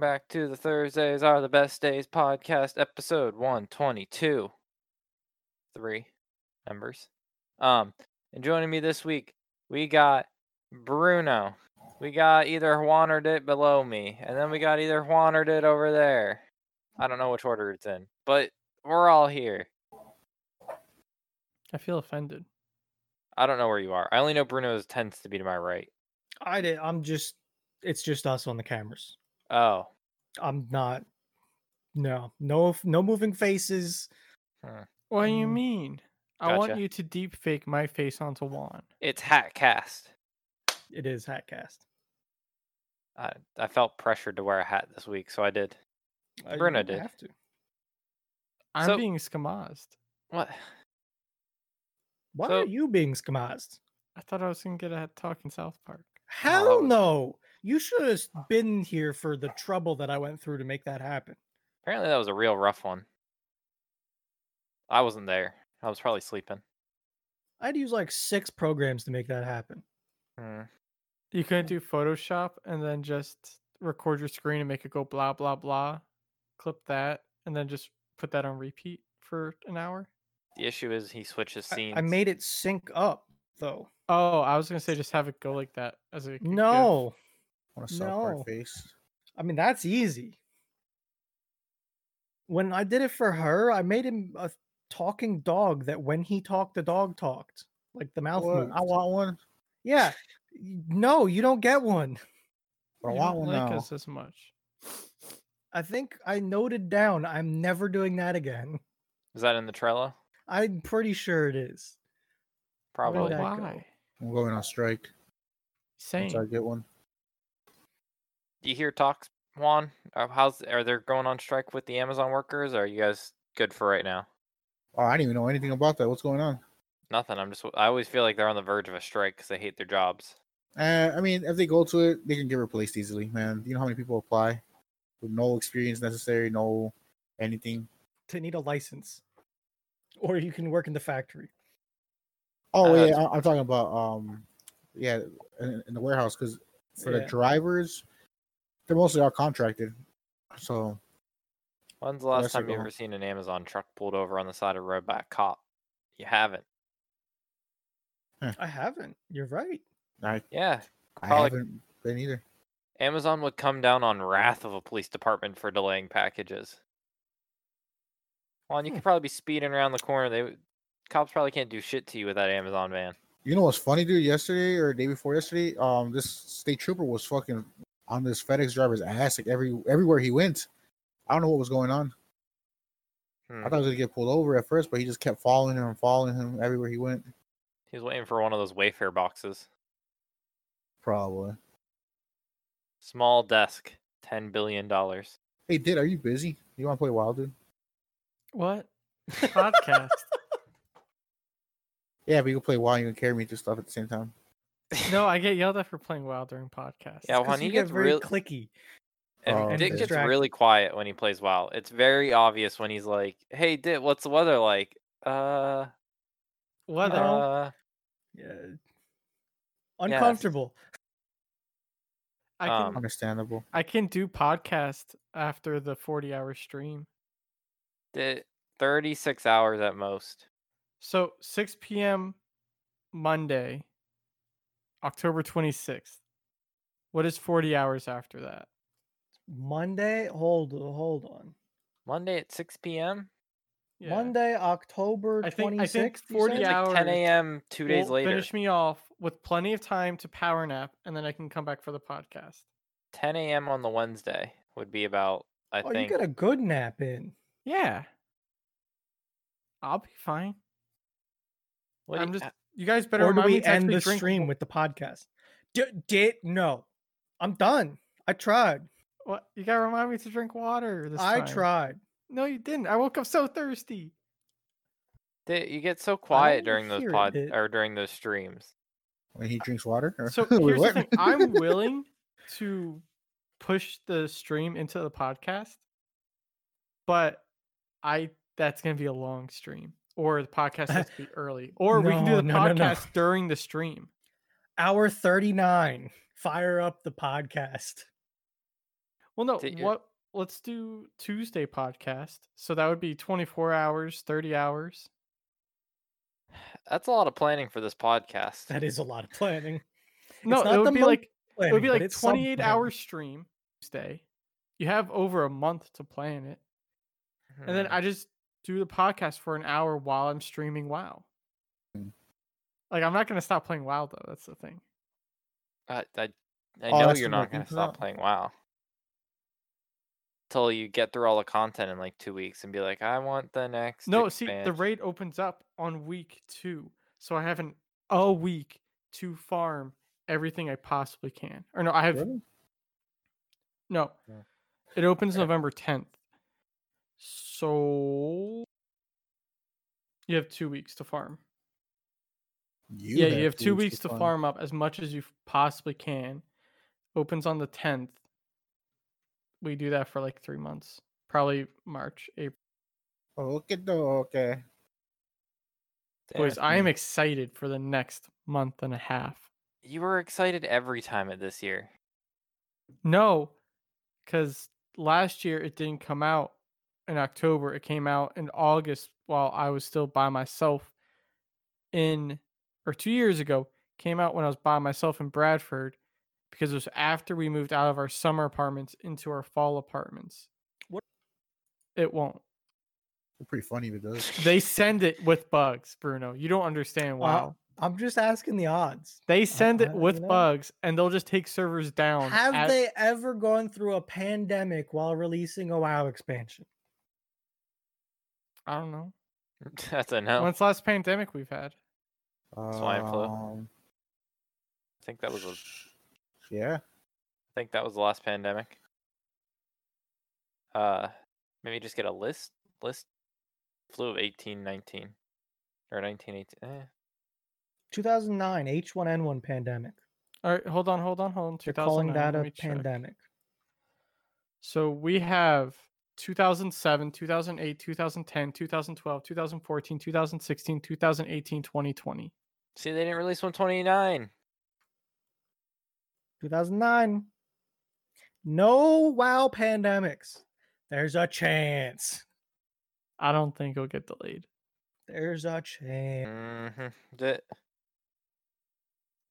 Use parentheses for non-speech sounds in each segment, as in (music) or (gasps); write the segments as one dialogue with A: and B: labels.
A: back to the Thursdays Are the Best Days podcast, episode 122. Three members. Um, and joining me this week, we got Bruno. We got either Juan or Dit below me, and then we got either Juan or Dit over there. I don't know which order it's in, but we're all here.
B: I feel offended.
A: I don't know where you are. I only know Bruno is tends to be to my right.
B: I did. I'm just. It's just us on the cameras.
A: Oh,
B: I'm not. No, no, no moving faces.
C: What do you
B: Mm.
C: mean? I want
A: Gotcha.
C: you to deep fake my face onto Juan.
A: it's Hatcast.
B: It is hatcast.
A: I I felt pressured to wear a hat this week, so I did.
B: Uh,
A: Bruno
B: you
A: did.
B: Have to.
C: I'm
A: So-
C: being skamazed.
A: What?
B: Why
A: So-
B: are you being scamized?
C: I thought I was gonna get a talking South Park. Oh.
B: Hell
A: was-
B: no! You should have been here for the trouble that I went through to make that happen.
A: Apparently that was a real rough one. I wasn't there. I was probably sleeping.
B: I'd use like six programs to make that happen.
A: Hmm.
C: You couldn't do Photoshop and then just record your screen and make it go blah blah blah. Clip that and then just put that on repeat for an hour.
A: The issue is he switches
B: I-
A: scenes.
B: I, made it sync up though.
C: Oh, I was gonna say just have it go like that as a g- gif.
B: No,
D: Want a South Park
B: No.
D: face?
B: I mean that's easy. When I did it for her, I made him a talking dog that when he talked, the dog talked, like the mouth.
D: What?
B: moved.
D: I want one,
B: Yeah. Y- No, you don't get one.
D: but I
C: You
D: want
C: don't
D: one
C: like
D: now.
C: us as much.
B: I think I noted down. I'm never doing that again. (laughs)
A: Is that in the Trello?
B: I'm pretty sure it is.
C: Well,
A: Probably.
B: that go?
C: why?
D: I'm going on strike. Once I
C: Same.
D: get one,
A: Do you hear talks, Juan? Uh, How's are they going on strike with the Amazon workers? Or are you guys good for right now?
D: oh, I didn't even know anything about that. What's going on?
A: Nothing. I'm just. I always feel like they're on the verge of a strike because they hate their jobs.
D: Uh, I mean, if they go to it, they can get replaced easily, man. You know how many people apply with no experience necessary, no anything.
B: To need a license. Or you can work in the factory.
D: Oh
A: Uh,
D: yeah, I, I'm talking about um, yeah, in, in the warehouse because for the
B: Yeah.
D: drivers, they're mostly all contracted. So
A: When's the last
D: Unless you
A: time you
D: go-
A: ever seen an Amazon truck pulled over on the side of the road by a cop? You haven't.
B: I haven't. You're right.
D: I,
A: Yeah.
D: I
A: Probably-
D: haven't been either.
A: Amazon would come down on wrath of a police department for delaying packages. Juan, you could probably be speeding around the corner. They would- cops probably can't do shit to you with that Amazon van.
D: You know what's funny, dude? Yesterday or day before yesterday, um, this state trooper was fucking on this FedEx driver's ass like every everywhere he went. I don't know what was going on.
A: Hmm.
D: I thought he was gonna get pulled over at first, but he just kept following him and following him everywhere he went.
A: He was waiting for one of those Wayfair boxes.
D: Probably.
A: Small desk, ten billion dollars.
D: Hey, did are you busy? You want to play wild, dude?
B: (laughs)
C: What? Podcast.
D: Yeah, but you can play wild. You can carry me through stuff at the same time.
C: no, I get yelled at for playing WoW during
A: (laughs)
C: podcasts.
A: Yeah,
B: 'Cause
A: Juan,
B: you
A: he
B: get
A: gets
B: very
A: real-
B: clicky.
A: And
D: Oh,
A: Dit
D: okay.
A: gets
B: Distracted.
A: really quiet when he plays WoW. It's very obvious when he's like, "Hey, Dit, what's the weather like?" Uh,
C: Weather.
A: uh
B: Yeah. Uncomfortable.
C: I can
A: um,
D: Understandable.
C: I can do podcast after the 40 hour stream.
A: Dit, thirty-six hours at most.
C: So 6 p.m. Monday, October 26th. What is 40 hours after that?
B: Monday, hold hold on.
A: Monday at six p.m.
C: Yeah.
B: Monday, October
C: I think- I
B: 26th.
C: think
B: you
C: 40
B: said?
A: It's like ten
C: hours
A: a.m. Two days
C: Well,
A: later.
C: Finish me off with plenty of time to power nap and then I can come back for the podcast.
A: 10 a.m. on the Wednesday would be about, I
B: Oh, you
A: think.
B: got a good nap in.
C: Yeah. I'll be fine.
A: what do
C: I'm
A: you-
C: just
A: uh,
C: you guys better
B: Or do
C: remind me
B: we
C: to
B: end
C: actually
B: the
C: drink
B: stream with the podcast? D- did no. I'm done. I tried.
C: What you gotta remind me to drink water this
B: I
C: time.
B: tried.
C: No, you didn't. I woke up so thirsty.
A: Dit, you get so quiet
B: wanna
A: during those
B: hear it,
A: pod
B: Dit.
A: or during those streams.
D: When he drinks water.
B: (laughs)
D: or-
C: So
D: (laughs) Wait,
C: here's the
D: what?
C: thing: I'm willing to push the stream into the podcast, but I that's gonna be a long stream, or the podcast has
B: (laughs)
C: to be early, or we can do
B: No,
C: the
B: no, no,
C: podcast
B: no.
C: during the stream.
B: Hour 39. Fire up the podcast.
C: Well, no.
A: Did you-
C: What? Let's do Tuesday podcast. So that would be 24 hours, 30 hours.
A: That's a lot of planning for this podcast.
B: (laughs) That is a lot
C: (laughs)
B: of planning.
C: No,
B: not
C: it
B: the
C: would be
B: month
C: like it would be
B: Planning, but
C: like
B: it's some
C: 28
B: planning.
C: hour stream Tuesday. You have over a month to plan it, and then
A: Hmm.
C: I just do the podcast for an hour while I'm streaming WoW.
D: Mm.
C: Like I'm not gonna stop playing WoW though. That's the thing.
A: Hmm, I I, I
D: Oh,
A: know
D: that's
A: you're
D: the
A: not
D: working
A: gonna
D: for
A: stop
D: that.
A: playing WoW. Till you get through all the content in like two weeks and be like, I want the next.
C: No, see,
A: expansion."
C: the raid opens up on week two, so I have an a week to farm everything I possibly can. Or no, I have
D: Really?
C: no.
D: No.
C: It opens
A: Yeah.
C: November tenth, so you have two weeks to farm.
D: You
C: yeah, you have two weeks to
D: farm.
C: farm up as much as you f- possibly can. Opens on the tenth. We do that for like three months, probably March, April.
D: Okay, okay.
A: Damn,
C: Boys, I am excited for the next month and a half.
A: You were excited every time of this year. (laughs)
C: No, because last year it didn't come out in October. It came out in August while I was still by myself in, or two years ago, came out when I was by myself in Bradford because it was after we moved out of our summer apartments into our fall apartments. What? It won't.
D: They're pretty funny if it does.
C: They send it with bugs, Bruno. You don't understand.
B: Wow.
C: Wow.
B: I'm just asking the odds.
C: They send it
B: I-
C: with
B: you know-
C: bugs and they'll just take servers down.
B: Have
C: at-
B: they ever gone through a pandemic while releasing a WoW expansion?
C: I don't know.
A: That's a no.
C: When's the last pandemic we've had?
A: Swine flu.
D: Um,
A: I think that was a, I
D: Yeah.
A: think that was the last pandemic. Uh, maybe just get a list list flu of eighteen nineteen or nineteen eighteen. Eh.
B: 2009 H1N1 pandemic.
C: All right, hold on, hold on, hold on.
B: They're calling
C: 2009,
B: that
C: let
B: a
C: me check.
B: pandemic.
C: So we have 2007, 2008, 2010, 2012, 2014, 2016, 2018, 2020.
A: See, they didn't release one twenty nine.
B: 2009. No WoW pandemics. There's a chance.
C: I don't think it'll get delayed.
B: There's a chance.
A: Mm-hmm. The,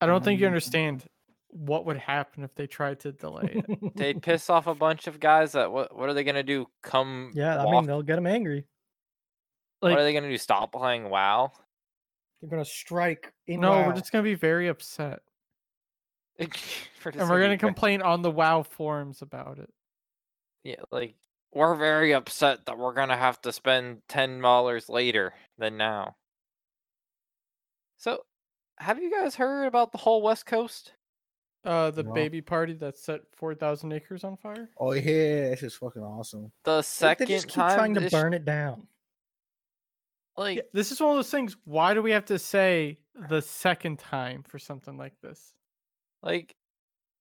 C: I don't think you
D: Mm.
B: Mm-hmm.
C: understand what would happen if they tried to delay
B: (laughs)
C: it.
A: Oh, they piss off a bunch of guys that what what are they gonna do? Come
B: yeah, I
A: walk-
B: mean, they'll get them angry.
A: what are
C: Like,
A: they gonna do? Stop playing WoW? (laughs)
B: They're going to strike. In
C: no,
B: WoW.
C: we're just gonna be very upset,
A: We're just
C: and we're
A: be
C: gonna
A: very-
C: complain on the WoW forums about it.
A: Yeah, like we're very upset that we're gonna have to spend ten dollars later than now. So, have you guys heard about the whole West Coast?
C: Uh, the
D: No.
C: baby party that set four thousand acres on fire.
D: Oh yeah, this is fucking awesome.
A: The
B: Like,
A: second
B: they just keep
A: time
B: trying to
A: this-
B: burn it down.
A: Like,
C: Yeah, this is one of those things. Why do we have to say the second time for something like this?
A: like,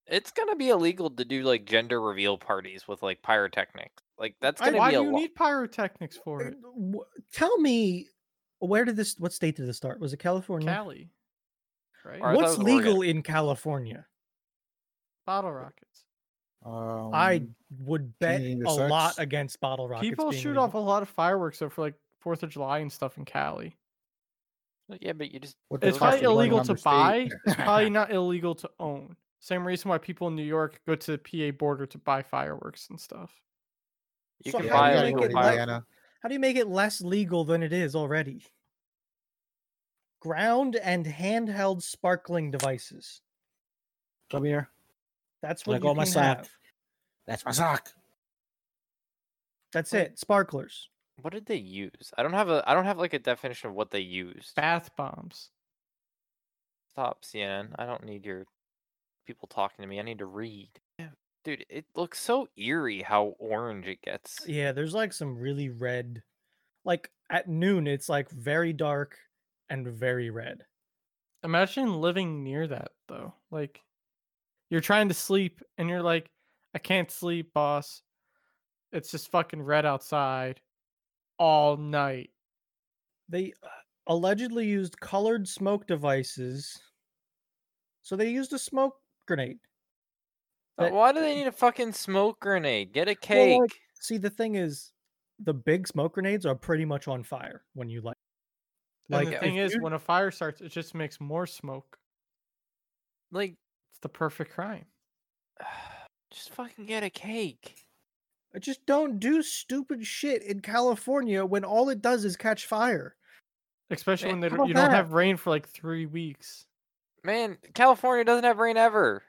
A: it's gonna be illegal to do like gender reveal parties with like pyrotechnics. Like, that's
C: Why-
A: gonna
C: why
A: be a
C: do you
A: lo-
C: need pyrotechnics for it?
B: Uh, wh- Tell me, where did this? What state did this start? Was it California?
C: Cali, right?
A: Or I thought it
B: What's
A: was Oregon.
B: legal in California?
C: Bottle rockets.
D: Um,
B: I would bet a
D: changing the
B: lot
D: sex.
B: against bottle rockets.
C: People
B: being
C: shoot
B: legal.
C: off a lot of fireworks though, for like Fourth of July and stuff in Cali.
A: Yeah, but you just
D: what the
C: It's
A: Those are
D: cost
C: probably
D: of running
C: illegal
D: on
C: to
D: the state.
C: buy.
D: (laughs)
C: It's (laughs) probably not illegal to own. Same reason why people in New York go to the PA border to buy fireworks and stuff.
A: you
B: So
A: can
B: how
A: buy
B: do
D: Yeah,
B: you
A: a
B: make
D: illegal
A: little
B: it
D: in
B: legal?
A: fire-
D: Indiana.
B: How do you make it less legal than it is already? Ground and handheld sparkling devices.
D: Come here.
B: That's what
D: Like
B: you
D: all my
B: can
D: sock.
B: have.
D: That's my sock.
B: That's
C: Wait.
B: it. Sparklers.
A: What did they use? I don't have a. I don't have like a definition of what they used.
C: Bath bombs.
A: Stop, CNN. I don't need your people talking to me. I need to read. Yeah. Dude, it looks so eerie how orange it gets.
B: Yeah, there's like some really red. Like at noon, it's like very dark and very red.
C: Imagine living near that though. Like you're trying to sleep and you're like, I can't sleep, boss. It's just fucking red outside all night.
B: They uh, allegedly used colored smoke devices. So they used a smoke grenade.
A: Uh,
B: That-
A: Why do
B: (clears throat)
A: they need a fucking smoke grenade? Get a cake.
B: like- See, the thing is, the big smoke grenades are pretty much on fire when you light.
C: Like
B: Like,
C: the
B: if
C: thing is,
B: you-
C: when a fire starts, it just makes more smoke.
A: Like,
C: It's the perfect crime.
A: just fucking get a cake.
B: just don't do stupid shit in California when all it does is catch fire.
C: Especially
A: Man,
C: when they
A: how
C: don't,
A: about
C: you don't
A: that?
C: have rain for like three weeks.
A: Man, California doesn't have rain ever.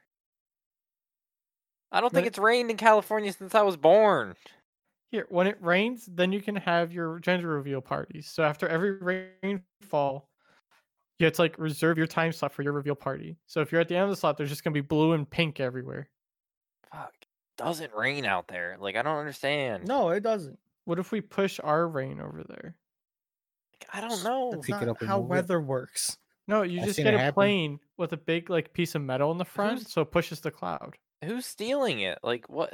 A: I don't think
C: Right.
A: it's rained in California since I was born.
C: Here, when it rains, then you can have your gender reveal parties. So after every rainfall, you have to like reserve your time slot for your reveal party. So if you're at the end of the slot, there's just gonna be blue and pink everywhere.
A: Fuck. Doesn't rain out there. Like I don't understand.
B: No, it doesn't.
C: What if we push our rain over there?
A: Like, I don't know.
B: It's
D: Pick it
B: not
D: up and
B: how
D: move it.
B: weather works.
C: No, you
D: I've
C: just
D: seen
C: get
D: it
C: a
D: happen.
C: plane with a big like piece of metal in the front, so it pushes the cloud.
A: Who's stealing it? Like what?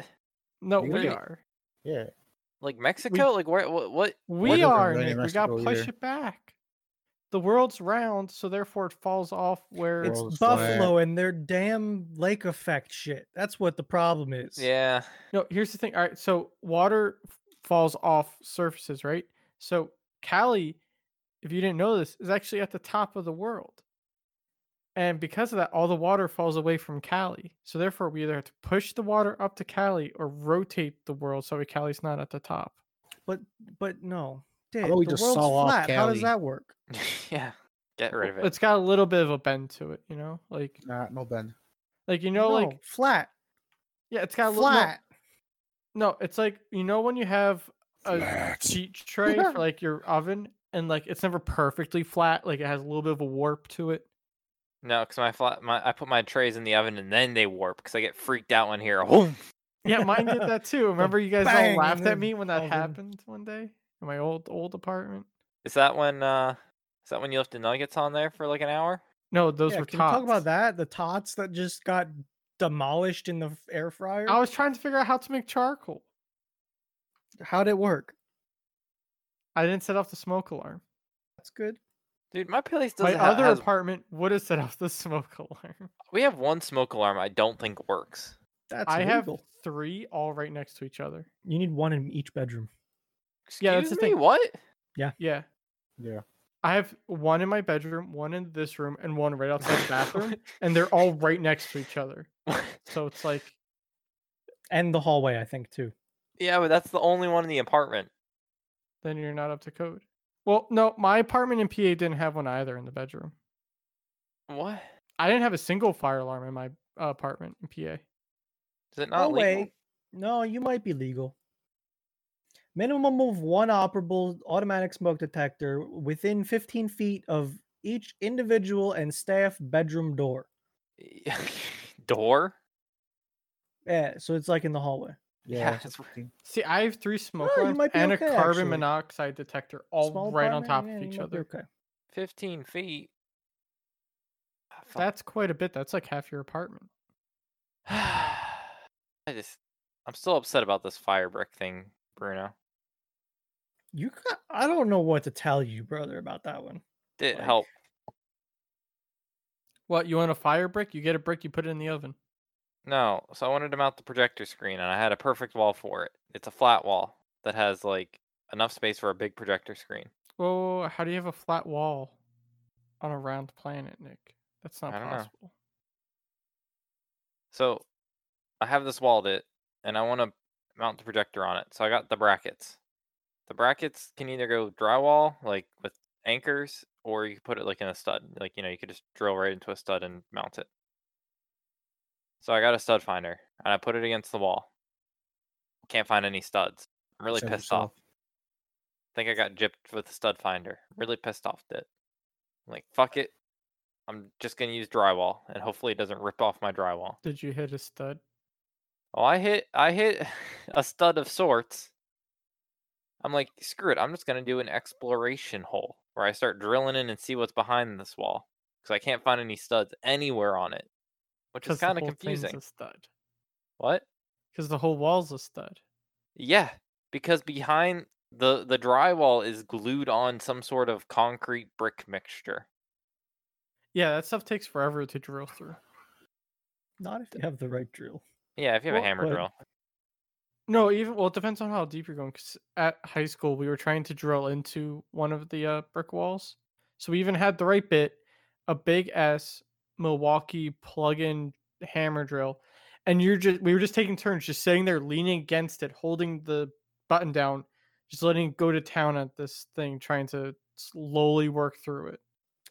C: No,
D: You
C: we
A: really-
C: are.
D: Yeah.
A: Like Mexico? like where? What? what?
C: We
D: doesn't
C: are.
D: rain in
C: Nick. We gotta
D: Mexico
C: push
D: either?
C: it back. The world's round, so therefore it falls off where
B: It's
D: World's
B: Buffalo and their damn lake effect shit. That's what the problem is.
A: Yeah.
C: No, here's the thing. All right, so water f- falls off surfaces, right? So Cali, if you didn't know this, is actually at the top of the world. And because of that, all the water falls away from Cali. So therefore, we either have to push the water up to Cali or rotate the world so that Cali's not at the top.
B: But no, Dave,
D: thought we
B: the
D: just
B: world's
D: saw off
B: flat. How does
D: Cali.
B: that work?
A: (laughs) yeah. Get rid of
C: It's
A: it.
C: got a little bit of a bend to it, you know? Like
D: Nah, no bend.
C: like you know like
B: flat,
C: yeah, it's got a little
B: flat.
C: No, it's like you know when you have a
D: Flat.
C: sheet
B: (laughs)
C: tray for like your oven, and like it's never perfectly flat. Like it has a little bit of a warp to it.
A: No, because my, fla- my I put my trays in the oven and then they warp because I get freaked out when I hear. Oh,
C: Yeah, mine did that
B: (laughs)
C: too. Remember, you guys
B: bang,
C: all
B: and
C: laughed at
B: then
C: me when that
B: oven.
C: happened one day in my old old apartment.
A: is that when? uh Is that when you left the nuggets on there for like an hour?
C: No, those
B: Yeah,
C: were
B: can we talk
C: tots.
B: about that? The tots that just got demolished in the f- air fryer.
C: I was trying to figure out how to make charcoal.
B: How'd it work?
C: I didn't set off the smoke alarm.
B: That's good.
A: Dude, my place
C: My
A: doesn't. ha-
C: other
A: has-
C: apartment would have set (laughs) off the smoke alarm.
A: we have one smoke alarm. I don't think works.
B: That's
C: I have
B: illegal.
C: three all right next to each other.
B: You need one in each bedroom.
A: Excuse
C: Yeah, that's the
A: me.
C: thing.
A: What?
C: Yeah,
D: Yeah.
C: I have one in my bedroom, one in this room, and one right outside
B: (laughs)
C: the bathroom, and they're all right next to each other. So it's like,
B: And the hallway, I think too.
A: (laughs) yeah, but that's the only one in the apartment.
C: then you're not up to code. Well, no, my apartment in PA didn't have one either in the bedroom.
A: What?
C: I didn't have a single fire alarm in my uh, apartment in PA.
A: Is it not
B: no
A: legal?
B: way. No, you might be legal. Minimum of one operable automatic smoke detector within 15 feet of each individual and staff bedroom door.
A: (laughs) Door?
B: Yeah, so it's like in the hallway.
A: Yeah,
D: Yeah.
A: that's right.
C: See, I have three smoke
B: you
C: alarms
B: might be
C: and
B: okay,
C: a carbon
B: actually.
C: monoxide detector all right
B: Small
C: on
B: apartment,
C: top
B: yeah,
C: of
B: you
C: each
B: might be
C: other.
B: Okay.
A: Fifteen feet. Ah, fuck.
C: That's quite a bit. That's like half your apartment.
A: (sighs) I just, I'm still upset about this fire brick thing, Bruno.
B: You got, I don't know what to tell you, brother, about that one.
A: Did it
B: Like-
A: help?
C: What, you want a fire brick? You get a brick, you put it in the oven.
A: No. So I wanted to mount the projector screen, and I had a perfect wall for it. It's a flat wall that has like enough space for a big projector screen.
C: Well, how do you have a flat wall on a round planet, Nick? That's not
A: I don't know.
C: possible.
A: So I have this walled it, and I want to mount the projector on it. So I got the brackets. The brackets can either go drywall, like with anchors, or you could put it like in a stud. Like, you know, you could just drill right into a stud and mount it. So I got a stud finder and I put it against the wall. Can't find any studs. I'm really
D: Save
A: pissed off.
D: yourself.
A: think I got gypped with the stud finder. Really pissed off that. I'm like, fuck it. I'm just gonna use drywall and hopefully it doesn't rip off my drywall.
C: Did you hit a stud?
A: Well, Oh, I hit I hit (laughs) a stud of sorts. I'm like, screw it, I'm just gonna do an exploration hole where I start drilling in and see what's behind this wall. Because I can't find any studs anywhere on it. Which is
C: the
A: kind of
C: whole thing's
A: confusing.
C: A stud.
A: What?
C: Because the whole wall's a stud.
A: Yeah. Because behind the the drywall is glued on some sort of concrete brick mixture.
C: Yeah, that stuff takes forever to drill through.
B: Not if you have the right drill.
A: Yeah, if you have a
C: Well,
A: hammer
B: but-
A: drill.
C: No, even well, it depends on how deep you're going. Because at high school, we were trying to drill into one of the uh, brick walls, so we even had the right bit, a big ass Milwaukee plug-in hammer drill, and you're just we were just taking turns, just sitting there, leaning against it, holding the button down, just letting it go to town at this thing, trying to slowly work through it.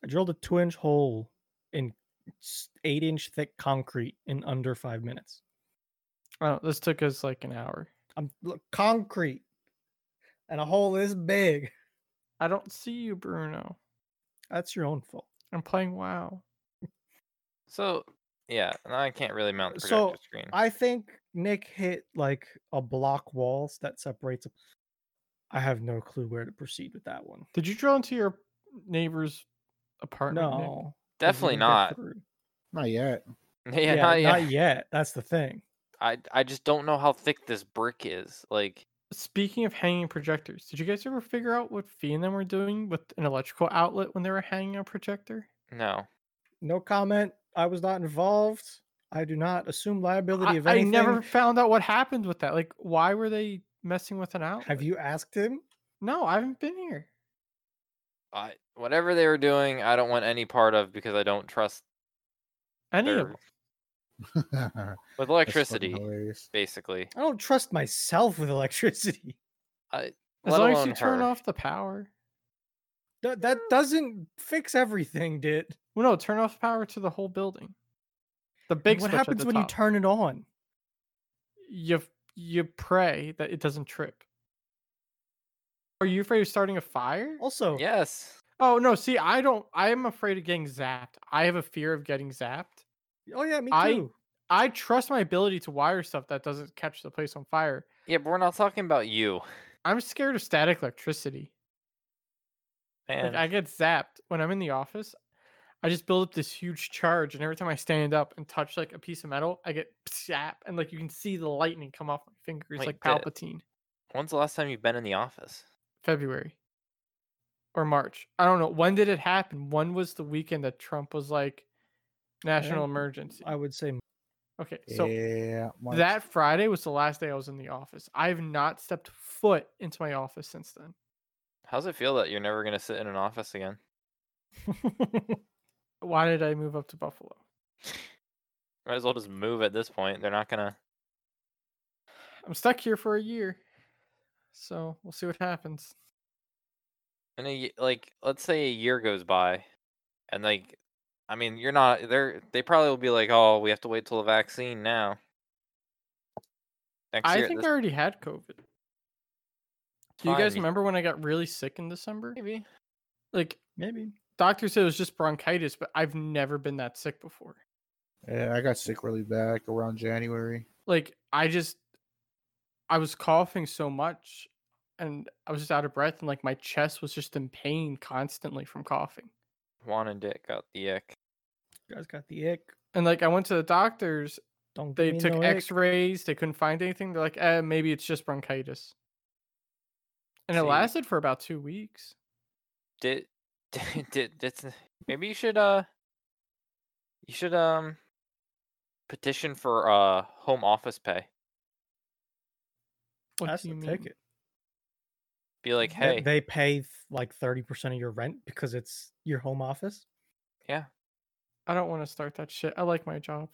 B: I drilled a two inch hole in s- eight inch thick concrete in under five minutes.
C: I don't. This took us like an hour.
B: I'm look, concrete and a hole this big.
C: I don't see you, Bruno.
B: That's your own fault.
C: I'm playing WoW.
A: So yeah, and I can't really mount the
B: So,
A: projector screen.
B: I think Nick hit like a block wall that separates. them. I have no clue where to proceed with that one.
C: Did you drill into your neighbor's apartment? Nick?
B: No,
A: Definitely not.
D: Not yet. (laughs)
A: Yeah,
B: Yeah,
A: not (laughs) yet.
B: not yet. That's the thing.
A: I I just don't know how thick this brick is. Like
C: Speaking of hanging projectors, did you guys ever figure out what Fee and them were doing with an electrical outlet when they were hanging a projector?
A: no.
B: No comment. I was not involved. I do not assume liability
C: I,
B: of
C: I
B: anything.
C: never found out what happened with that. Like, why were they messing with an outlet?
B: Have you asked him?
C: No, I haven't been here.
A: I whatever they were doing, I don't want any part of because I don't trust
C: Any
A: their
C: of 'em.
D: That's fucking
A: with electricity,
D: hilarious.
A: basically.
B: I don't trust myself with electricity. (laughs)
C: As
A: let
C: long as
A: alone
C: you turn
A: her.
C: off the power.
B: Th- that doesn't fix everything, did?
C: Well, no, turn off power to the whole building. The big
B: what
C: switch at
B: happens
C: the
B: when
C: top.
B: you turn it on?
C: you you pray that it doesn't trip. Are you afraid of starting a fire?
B: Also,
A: Yes.
C: Oh no, see, I don't I am afraid of getting zapped. I have a fear of getting zapped.
B: oh yeah, me
C: I-
B: too.
C: I trust my ability to wire stuff that doesn't catch the place on fire.
A: Yeah, but we're not talking about you.
C: I'm scared of static electricity. Like
A: Man.
C: I get zapped when I'm in the office. I just build up this huge charge, and every time I stand up and touch like a piece of metal, I get zap, and like you can see the lightning come off my fingers,
A: Wait,
C: like
A: the-
C: Palpatine.
A: When's the last time you've been in the office?
C: February or March. I don't know. When did it happen? When was the weekend that Trump was like national
B: think
C: emergency?
B: I would say
C: Okay, so
A: eh,
D: yeah, March.
C: that Friday was the last day I was in the office. I have not stepped foot into my office since then.
A: How's it feel that you're never gonna sit in an office again?
C: Why did I move up to Buffalo?
A: Might as well just move at this point. They're not gonna
C: I'm stuck here for a year. So we'll see what happens.
A: in a ye- like let's say a year goes by and like I mean you're not they're they probably will be like, Oh, we have to wait till the vaccine now. Next year
C: I
A: at
C: think
A: this-
C: I already had COVID. Do you
A: Fine,
C: guys
A: you-
C: remember when I got really sick in December?
A: maybe.
C: Like
B: maybe.
C: doctors said it was just bronchitis, but I've never been that sick before.
D: yeah, I got sick really bad like, around January.
C: like I just I was coughing so much and I was just out of breath and like my chest was just in pain constantly from coughing.
A: Juan and Dick got the ick.
B: You guys got the ick.
C: And like I went to the doctors,
B: Don't
C: they
B: give me
C: took
B: no ick.
C: x-rays, they couldn't find anything. They're like, "Eh, maybe it's just bronchitis." And it
A: See.
C: lasted for about 2 weeks.
A: Did (laughs) did, did did maybe you should uh you should um petition for uh home office pay.
C: What
B: That's
C: do you
B: the
C: mean?
B: ticket.
A: Be like,
B: That
A: hey,
B: they pay f- like thirty percent of your rent because it's your home office.
C: I don't want to start that shit. I like my job.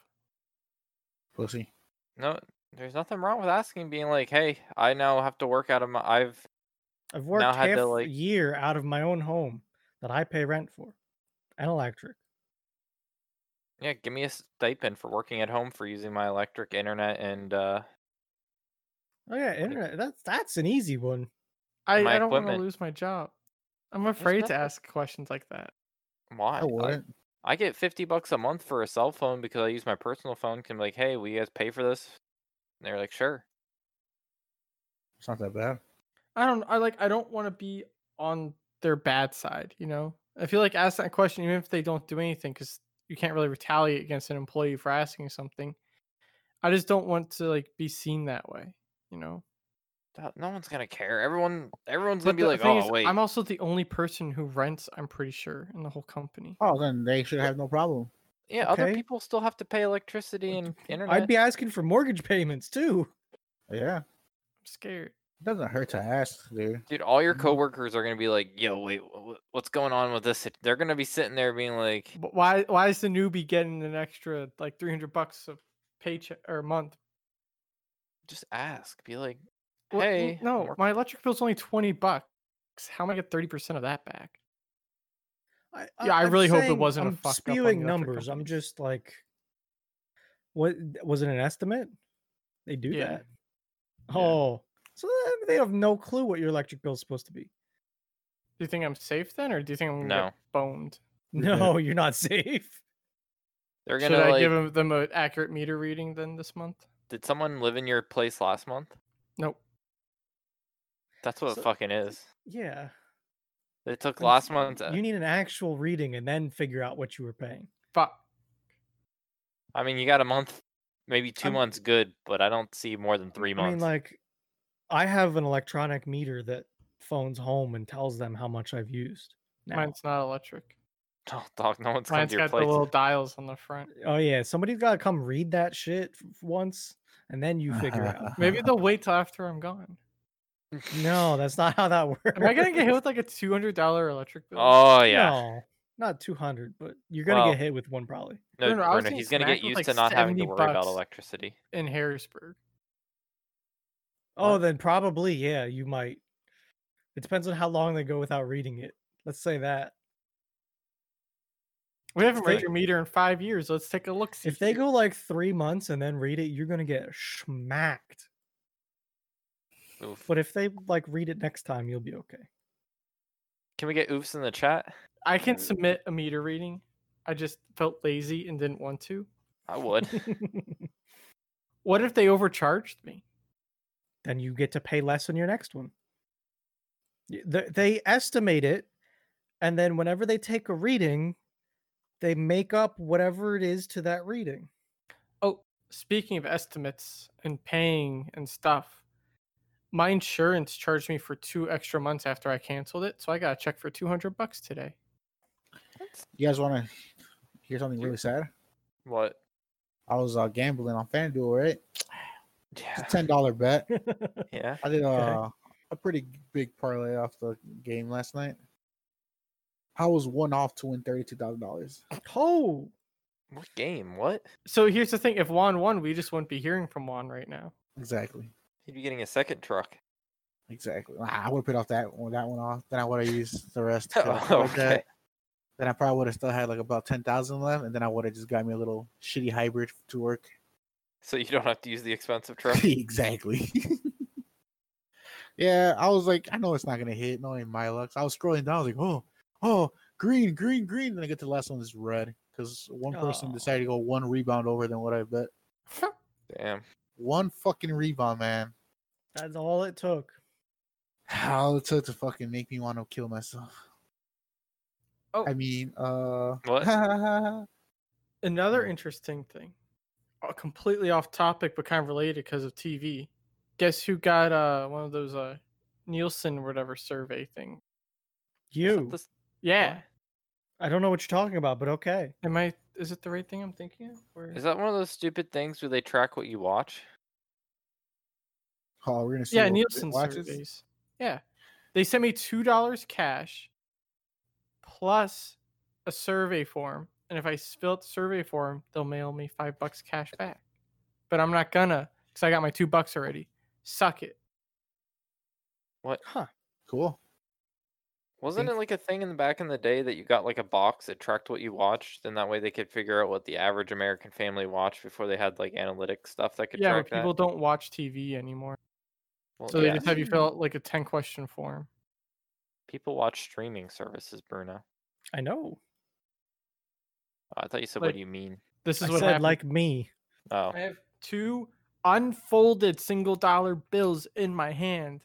D: Pussy.
A: no, there's nothing wrong with asking, being like, hey, I now have to work out of my, I've,
B: I've worked
A: had to,
B: half
A: like-
B: a year out of my own home that I pay rent for, and electric.
A: yeah, give me a stipend for working at home for using my electric, internet, and uh,
B: Oh yeah, internet. That's that's an easy one.
C: I,
A: My
C: I don't want to
A: equipment.
C: lose my job. I'm afraid to
A: nothing-
C: ask questions like that.
A: why?
D: I
A: Like,
D: wouldn't.
A: I get 50 bucks a month for a cell phone because I use my personal phone. Can be like, hey, will you guys pay for this? And they're like, sure.
D: It's not that bad.
C: I don't I like I don't want to be on their bad side, you know? I feel like ask that question even if they don't do anything cuz you can't really retaliate against an employee for asking something. I just don't want to like be seen that way, you know?
A: That- No one's gonna care. Everyone, everyone's gonna
C: But
A: be
C: the
A: like,
C: thing
A: oh
C: is,
A: wait,
C: I'm also the only person who rents, I'm pretty sure, in the whole company.
D: Oh, then they should have no problem.
A: yeah, other
B: Okay.
A: people still have to pay electricity and internet.
B: I'd be asking for mortgage payments too.
D: Yeah, it
C: scared.
D: doesn't hurt to ask, dude.
A: Dude, all your
C: Mm-hmm.
D: Mhm.
A: coworkers are gonna be like, "Yo, wait, wh- wh- what's going on with this?" sit-" They're gonna be sitting there being like,
C: But why? Why is the newbie getting an extra like three hundred bucks a paycheck or a month?
A: "Just ask." Be like,
C: Well, n-
A: "Hey, I'm
C: no,
A: work-
C: my electric bill's only twenty bucks. How am I get thirty percent of that back?
B: I,
C: Yeah, I
B: I'm
C: really hope it
B: saying-
C: wasn't a
B: I'm
C: fuck up on
B: spewing
C: the electric
B: numbers. I'm
C: company.
B: just like, what was it an estimate? They do
C: Yeah.
B: that.
C: Yeah.
B: Oh, so they- they have no clue what your electric bill is supposed
C: (laughs)
B: to be.
C: Do you think I'm safe then, or do you think I'm gonna
A: no."
C: get boned?
D: Yeah.
B: No, you're not safe.
A: They're
C: Should
A: gonna
C: I
A: like,
C: give 'em- them an accurate meter reading then this month?
A: "Did someone live in your place last month?"
C: Nope.
A: That's what
B: So-
A: it fucking is.
B: Yeah.
A: They took
B: I'm
A: last uh,
B: saying
A: month's. e
B: You need an actual reading and then figure out what you were paying.
C: Fuck.
A: I mean, you got a month, maybe 2
B: I'm-
A: months good, but I don't see more than three months.
B: I
A: (laughs)
B: mean, like, I have an electronic meter that phones home and tells them how much I've used. Now.
C: Mine's not electric.
A: oh, dog, no one's come
C: Mine's
A: to your
C: got the
A: place.
C: little dials on the
B: (laughs)
C: front.
B: Oh yeah, somebody's got to come read that shit f- once, and then you figure
C: (laughs)
B: out.
C: Maybe they'll wait till after I'm gone.
A: (laughs)
B: No, that's not how that works.
C: (laughs) Am I gonna get hit with like a two hundred dollar electric bill?
A: Oh yeah,
B: No, not two hundred, but you're gonna
A: Well,
B: get hit with one probably.
A: no,
C: no, no, I
A: Bruno,
C: was getting
A: he's gonna get
C: smacked with,
A: used
C: like,
A: to not having to
C: 70
A: worry about
C: bucks.
A: electricity.
C: In Harrisburg.
B: Oh,
A: What?
B: then probably yeah, you might. It depends on how long they go without reading it. Let's say that
C: We haven't
B: If they-
C: read your meter in five years. Let's take a look.
B: if they go like three months and then read it, you're gonna get smacked.
A: Oof.
B: But if they like read it next time, you'll be okay.
C: (laughs)
A: Can we get oofs in the chat?
C: I
A: Mm.
C: can submit a meter reading. I just felt lazy and didn't want to.
A: I
B: (laughs)
A: would.
C: What if they overcharged me?
B: then you get to pay less on your next one. Y- th- They estimate it, and then whenever they take a reading, they make up whatever it is to that reading.
C: Speaking of estimates and paying and stuff, my insurance charged me for two extra months after I canceled it, so I got a check for two hundred bucks
B: (laughs)
C: today.
D: You guys want to hear something really sad?
A: what?
D: I was uh, gambling on FanDuel, right? It's a
A: Yeah.
D: ten dollar bet.
A: (laughs) Yeah.
D: I did uh,
B: Okay.
D: a pretty big parlay off the game last night. I was one off to win thirty two thousand dollars.
B: oh,
A: What game? What?
C: So here's the thing: if Juan won, we just wouldn't be hearing from Juan right now.
D: Exactly.
A: He'd be getting a second truck. (laughs)
D: Exactly. Nah, I would have paid off that one, that one off. Then I would have used the rest. (laughs) to pay off
A: Oh,
D: like that.
A: okay.
D: Then I probably would have still had like about ten thousand left, and then I would have just got me a little shitty hybrid to work.
A: So you don't have to use the expensive
D: (laughs)
A: truck.
D: exactly. yeah, I was like, I know it's not gonna hit, knowing my luck. So I was scrolling down, I was like, oh, oh, green, green, green. Then I get to the last one is red because one person
B: Aw.
D: decided to go one rebound over than what I bet.
A: Damn.
D: One fucking rebound, man.
B: that's all it took.
D: How it took to fucking make me want to kill myself.
C: Oh.
D: I mean, uh, (laughs)
A: What?
C: Another
D: Mm.
C: interesting thing, uh, completely off topic but kind of related because of TV. Guess who got uh, one of those uh, Nielsen or whatever survey thing?
A: Is that
B: You,
A: the s-
C: Yeah,
B: I don't know what you're talking about, but okay.
C: am I? Is it the right thing I'm thinking of? Or...
A: Is that one of those stupid things where they track what you watch?
D: oh, we're gonna see.
C: yeah,
D: what Brit
C: Nielsen
D: watches?
C: surveys. Yeah, they sent me two dollars cash, plus a survey form, and if I fill out the survey form, they'll mail me five bucks cash back. But I'm not gonna, cause I got my two bucks already. Suck it.
D: Cool.
A: Wasn't
D: Think-
A: it like a thing in the back in the day that you got like a box that tracked what you watched, and that way they could figure out what the average American family watched before they had like analytics stuff that could
C: Yeah, but
A: track
C: people
A: that?
C: don't watch TV anymore,
A: Well,
C: so they
A: yeah,
C: just have you fill out like a ten question form.
A: people watch streaming services, Bruno.
B: I know.
A: Oh, I thought you said,
C: Like-
A: "What do you mean?"
C: This is
B: I
C: what
B: said
C: happened.
B: like me.
A: Oh,
C: I have two unfolded single dollar bills in my hand.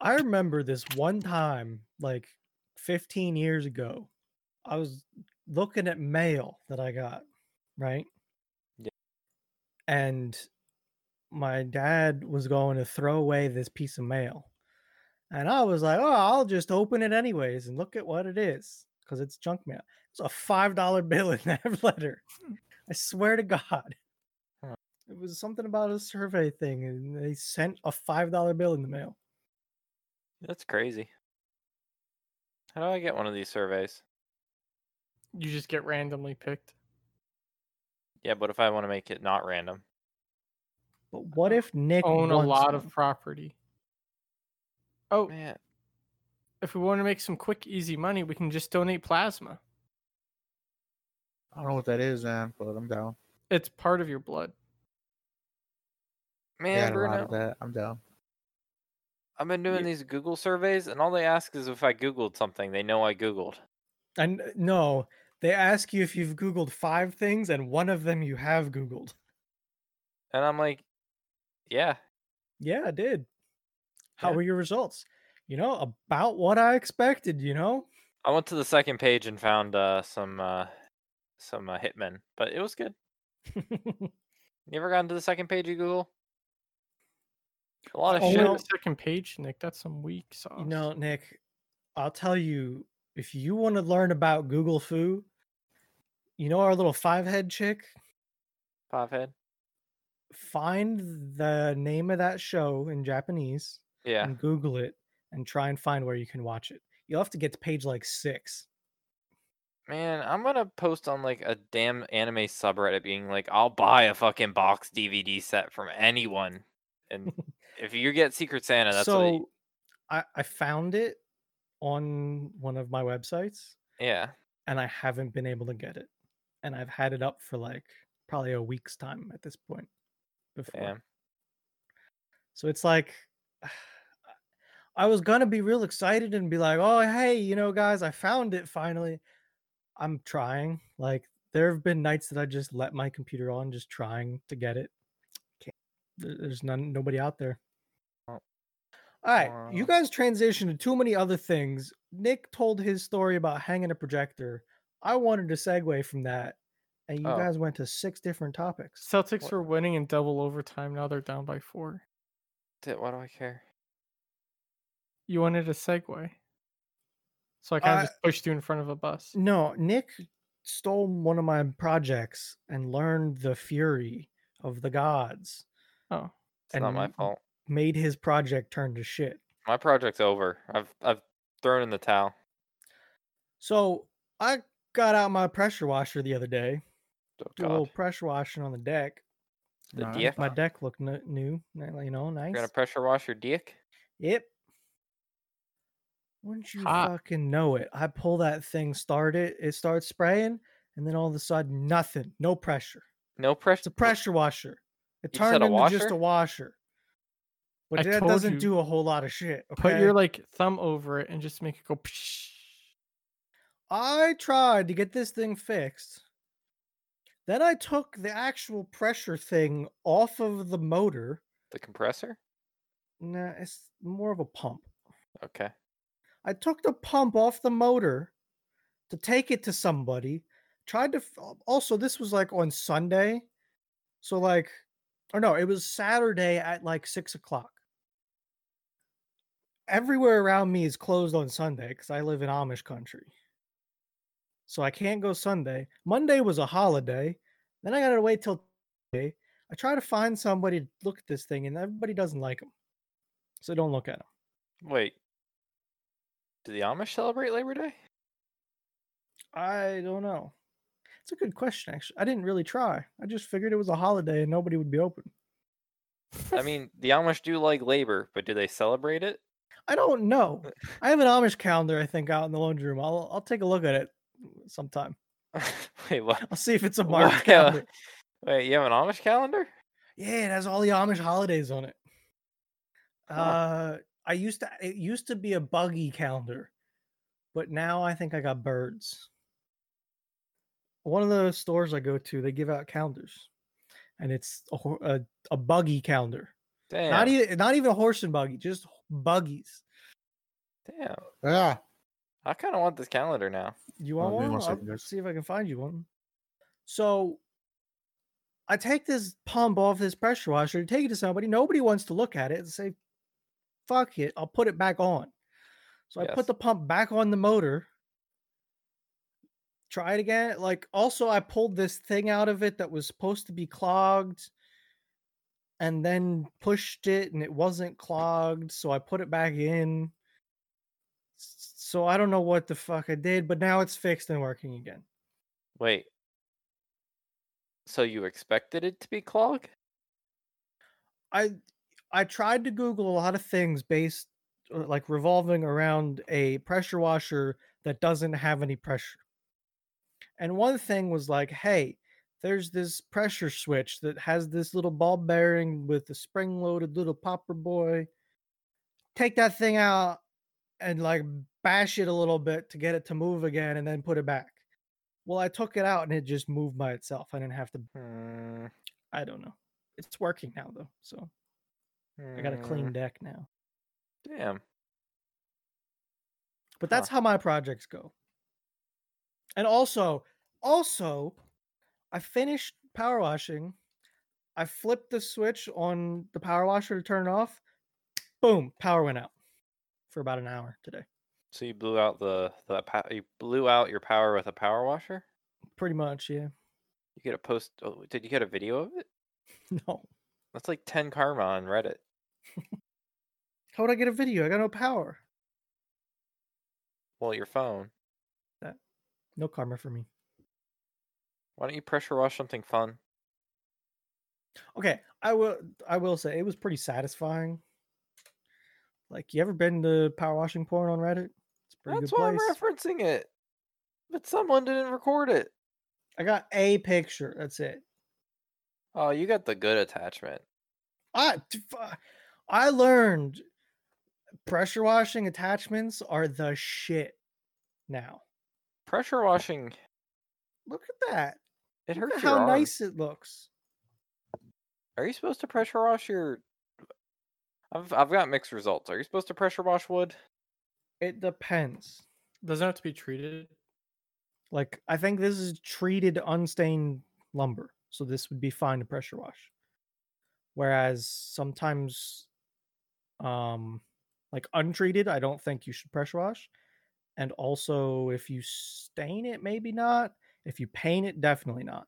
B: I remember this one time, like 15 years ago, I was looking at mail that I got, right?
A: Yeah.
B: And my dad was going to throw away this piece of mail. And I was like, oh, I'll just open it anyways and look at what it is. because it's junk mail. It's a five dollar (laughs) bill in that letter. I swear to God,
A: Hmm. Huh.
B: it was something about a survey thing, and they sent a five dollar bill in the mail.
A: That's crazy. How do I get one of these surveys?
C: You just get randomly picked.
A: Yeah, but if I want to make it not random,
B: But what if Nick
C: Own a
B: wants
C: lot
B: one?
C: of property. Oh,
A: man,
C: if we want to make some quick, easy money, we can just donate plasma.
D: I don't know what that is, man, but I'm down.
C: It's part of your blood.
D: Yeah, I
A: man,
D: got a lot of
A: Bruno,
D: that. I'm down.
A: I've been doing these Google surveys, and all they ask is if I Googled something. They know I Googled.
B: And no, they ask you if you've Googled five things, and one of them you have Googled.
A: And I'm like, yeah,
B: Yeah, I did. How
A: Yeah.
B: were your results? You know, about what I expected. You know, (laughs)
A: I went to the second page and found uh, some uh, some uh, hitmen, but it was good. You ever gotten to the second page of Google? A lot of
B: Oh,
C: Shit,
A: shit.
B: no.
A: (laughs)
C: the second page, Nick. That's some weak sauce.
B: You know, Nick, I'll tell you if you want to learn about Google Foo, you know our little five head chick?
A: Five head.
B: Find the name of that show in Japanese
A: Yeah.
B: and Google it and try and find where you can watch it. You'll have to get to page like six.
A: Man, I'm gonna post on like a damn anime subreddit being like, I'll buy a fucking box DVD set from anyone.
B: (laughs)
A: And if you get Secret Santa, that's what you-
B: so I, I found it on one of my websites
A: yeah.
B: and I haven't been able to get it. And I've had it up for like probably a week's time at this point before.
A: Damn.
B: So it's like (sighs) I was gonna be real excited and be like, oh hey, you know, guys, I found it finally. I'm trying. Like there have been nights that I just let my computer on, just trying to get it. Can't, there- there's none nobody out there.
A: Oh.
B: All right, you
A: Wow.
B: guys transitioned to too many other things. Nick told his story about hanging a projector. I wanted to segue from that, and you
A: Oh.
B: guys went to six different topics.
C: Celtics
A: What-
C: were winning in double overtime. Now they're down by four.
A: Di- Why do I care?
C: You wanted a segue. So I kind of
B: Uh,
C: just pushed you in front of a bus.
B: No, Nick stole one of my projects and learned the fury of the gods,
C: Oh,
A: It's not my
B: And-
A: fault.
B: made his project turn to shit.
A: My project's over. I've I've thrown in the towel.
B: So I got out my pressure washer the other day,
A: Oh,
B: did a little
A: God.
B: pressure washing on the deck.
A: The
D: Nah,
A: DF.
B: My deck looked n- new, n- you know, nice.
A: You're gonna pressure wash your dick?
B: Yep. Wouldn't you
C: Hot.
B: fucking know it? I pull that thing, start it, it starts spraying, and then all of a sudden, nothing, no pressure.
A: No pressure.
B: It's a pressure washer. It
A: You said
B: turned
A: a
B: into just
A: washer?
B: a washer. But
C: I
B: that
C: told
B: doesn't
C: you,
B: do a whole lot of shit. Okay?
C: Put your like thumb over it and just make it go. (laughs) Psh.
B: I tried to get this thing fixed. Then I took the actual pressure thing off of the motor.
A: The compressor?
B: Nah, it's more of a pump.
A: Okay.
B: I took the pump off the motor to take it to somebody. Tried to f- uh, also this was like on Sunday, so like, or no, it was Saturday at like six o'clock. Everywhere around me is closed on Sunday because I live in Amish country, so I can't go Sunday. Monday was a holiday, then I gotta wait till Tuesday. I try to find somebody to look at this thing, and everybody doesn't like them, so don't look at them.
A: Wait. Do the Amish celebrate Labor Day?
B: I don't know. It's a good question, actually. I didn't really try. I just figured it was a holiday and nobody would be open.
A: I mean, the Amish do like labor, but do they celebrate it? (laughs)
B: I don't know. I have an Amish calendar, I think, out in the laundry room. I'll I'll take a look at it sometime.
A: Wait, what?
B: I'll see if it's a
A: Why,
B: marked
A: uh,
B: calendar.
A: Wait, you have an Amish calendar?
B: Yeah, it has all the Amish holidays on it.
A: Huh.
B: Uh, I used to it used to be a buggy calendar, but now I think I got birds. One of the stores I go to, they give out calendars, and it's a hor- a, a buggy calendar.
A: Damn.
B: Not e even not even a horse and buggy, just buggies.
A: Damn.
D: Yeah.
A: I kind of want this calendar now.
B: You
D: Oh,
B: want
D: give me
B: one?
D: one
B: I'll
D: second, guys.
B: see if I can find you one. So I take this pump off this pressure washer, take it to somebody. Nobody wants to look at it and say, "Fuck it, I'll put it back on." So I
A: Yes.
B: put the pump back on the motor, try it again. Like, also, I pulled this thing out of it that was supposed to be clogged and then pushed it and it wasn't clogged. So I put it back in. S- So I don't know what the fuck I did, but now it's fixed and working again.
A: Wait. So you expected it to be clogged?
B: I I tried to Google a lot of things based uh, like revolving around a pressure washer that doesn't have any pressure. And one thing was like, hey, there's this pressure switch that has this little ball bearing with a spring loaded little popper boy. Take that thing out and like bash it a little bit to get it to move again and then put it back. Well, I took it out and it just moved by itself. I didn't have to,
A: Hmm,
B: I don't know. It's working now though. So I got a
A: hmm,
B: clean deck now.
A: Damn.
B: But that's how my projects go. And also, also, I finished power washing. I flipped the switch on the power washer to turn it off. Boom, power went out for about an hour today.
A: So you blew out the the pow- you blew out your power with a power washer.
B: Pretty much, yeah.
A: You get a post. Oh, did you get a video (laughs) of it?
B: No.
A: That's like ten karma on Reddit.
B: How would I get a video? I got no power.
A: Well, your phone.
B: No karma for me.
A: Why don't you pressure wash something fun?
B: Okay, I will I will say it was pretty satisfying. Like you ever been to power washing porn on Reddit? It's a pretty
A: That's
B: good
A: why
B: place.
A: I'm referencing it. But someone didn't record it.
B: I got a picture. That's it.
A: Oh, you got the good attachment.
B: I, t- fu- I learned pressure washing attachments are the shit now.
A: Pressure washing.
B: Look at that.
A: It
B: Look at
A: hurts your
B: how
A: arm.
B: nice it looks.
A: Are you supposed to pressure wash your? I've I've got mixed results. Are you supposed to pressure wash wood?
B: It depends.
C: Doesn't have to be treated.
B: Like, I think this is treated unstained lumber. So this would be fine to pressure wash. Whereas sometimes, um, like untreated, I don't think you should pressure wash. And also, if you stain it, maybe not. If you paint it, definitely not.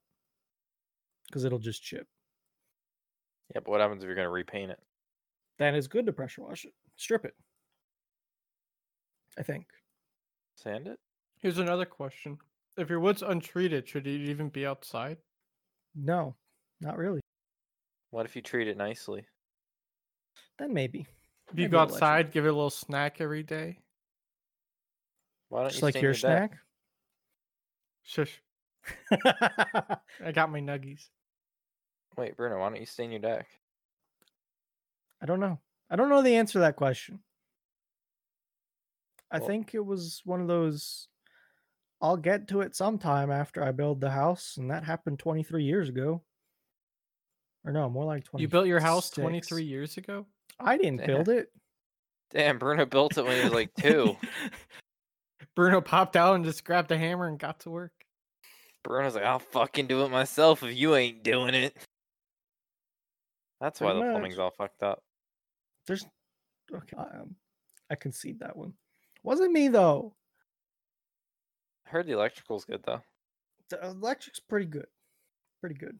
B: Because it'll just chip.
A: Yeah, but what happens if you're gonna repaint it?
B: Then it's good to pressure wash it, strip it. I think.
A: Sand it?
C: Here's another question: If your wood's untreated, should it even be outside?
B: No, not really.
A: What if you treat it nicely?
B: Then maybe.
C: If you
B: Maybe
C: go
B: I'll let you.
C: outside, give it a little snack every day.
A: Why don't
B: Just
A: you
B: like
A: stain
B: your
A: deck?
B: snack.
C: Shush!
B: (laughs)
C: I got my nuggies.
A: Wait, Bruno, why don't you stain your deck?
B: I don't know. I don't know the answer to that question. I
A: Well-
B: think it was one of those. I'll get to it sometime after I build the house, and that happened 23 years ago. Or no, more like 20.
C: You built your house 23 years ago. (laughs)
B: I didn't
A: Yeah.
B: build it.
A: Damn, Bruno built it when he was like
B: (laughs)
A: two.
C: Bruno popped out and just grabbed a hammer and got to work.
A: Bruno's like, I'll fucking do it myself if you ain't doing it. That's why
B: Pretty
A: the plumbing's
B: much.
A: all fucked up.
B: There's okay. I, um, I concede that one. Wasn't me though.
A: I heard the electrical's good though.
B: The electric's pretty good. Pretty good.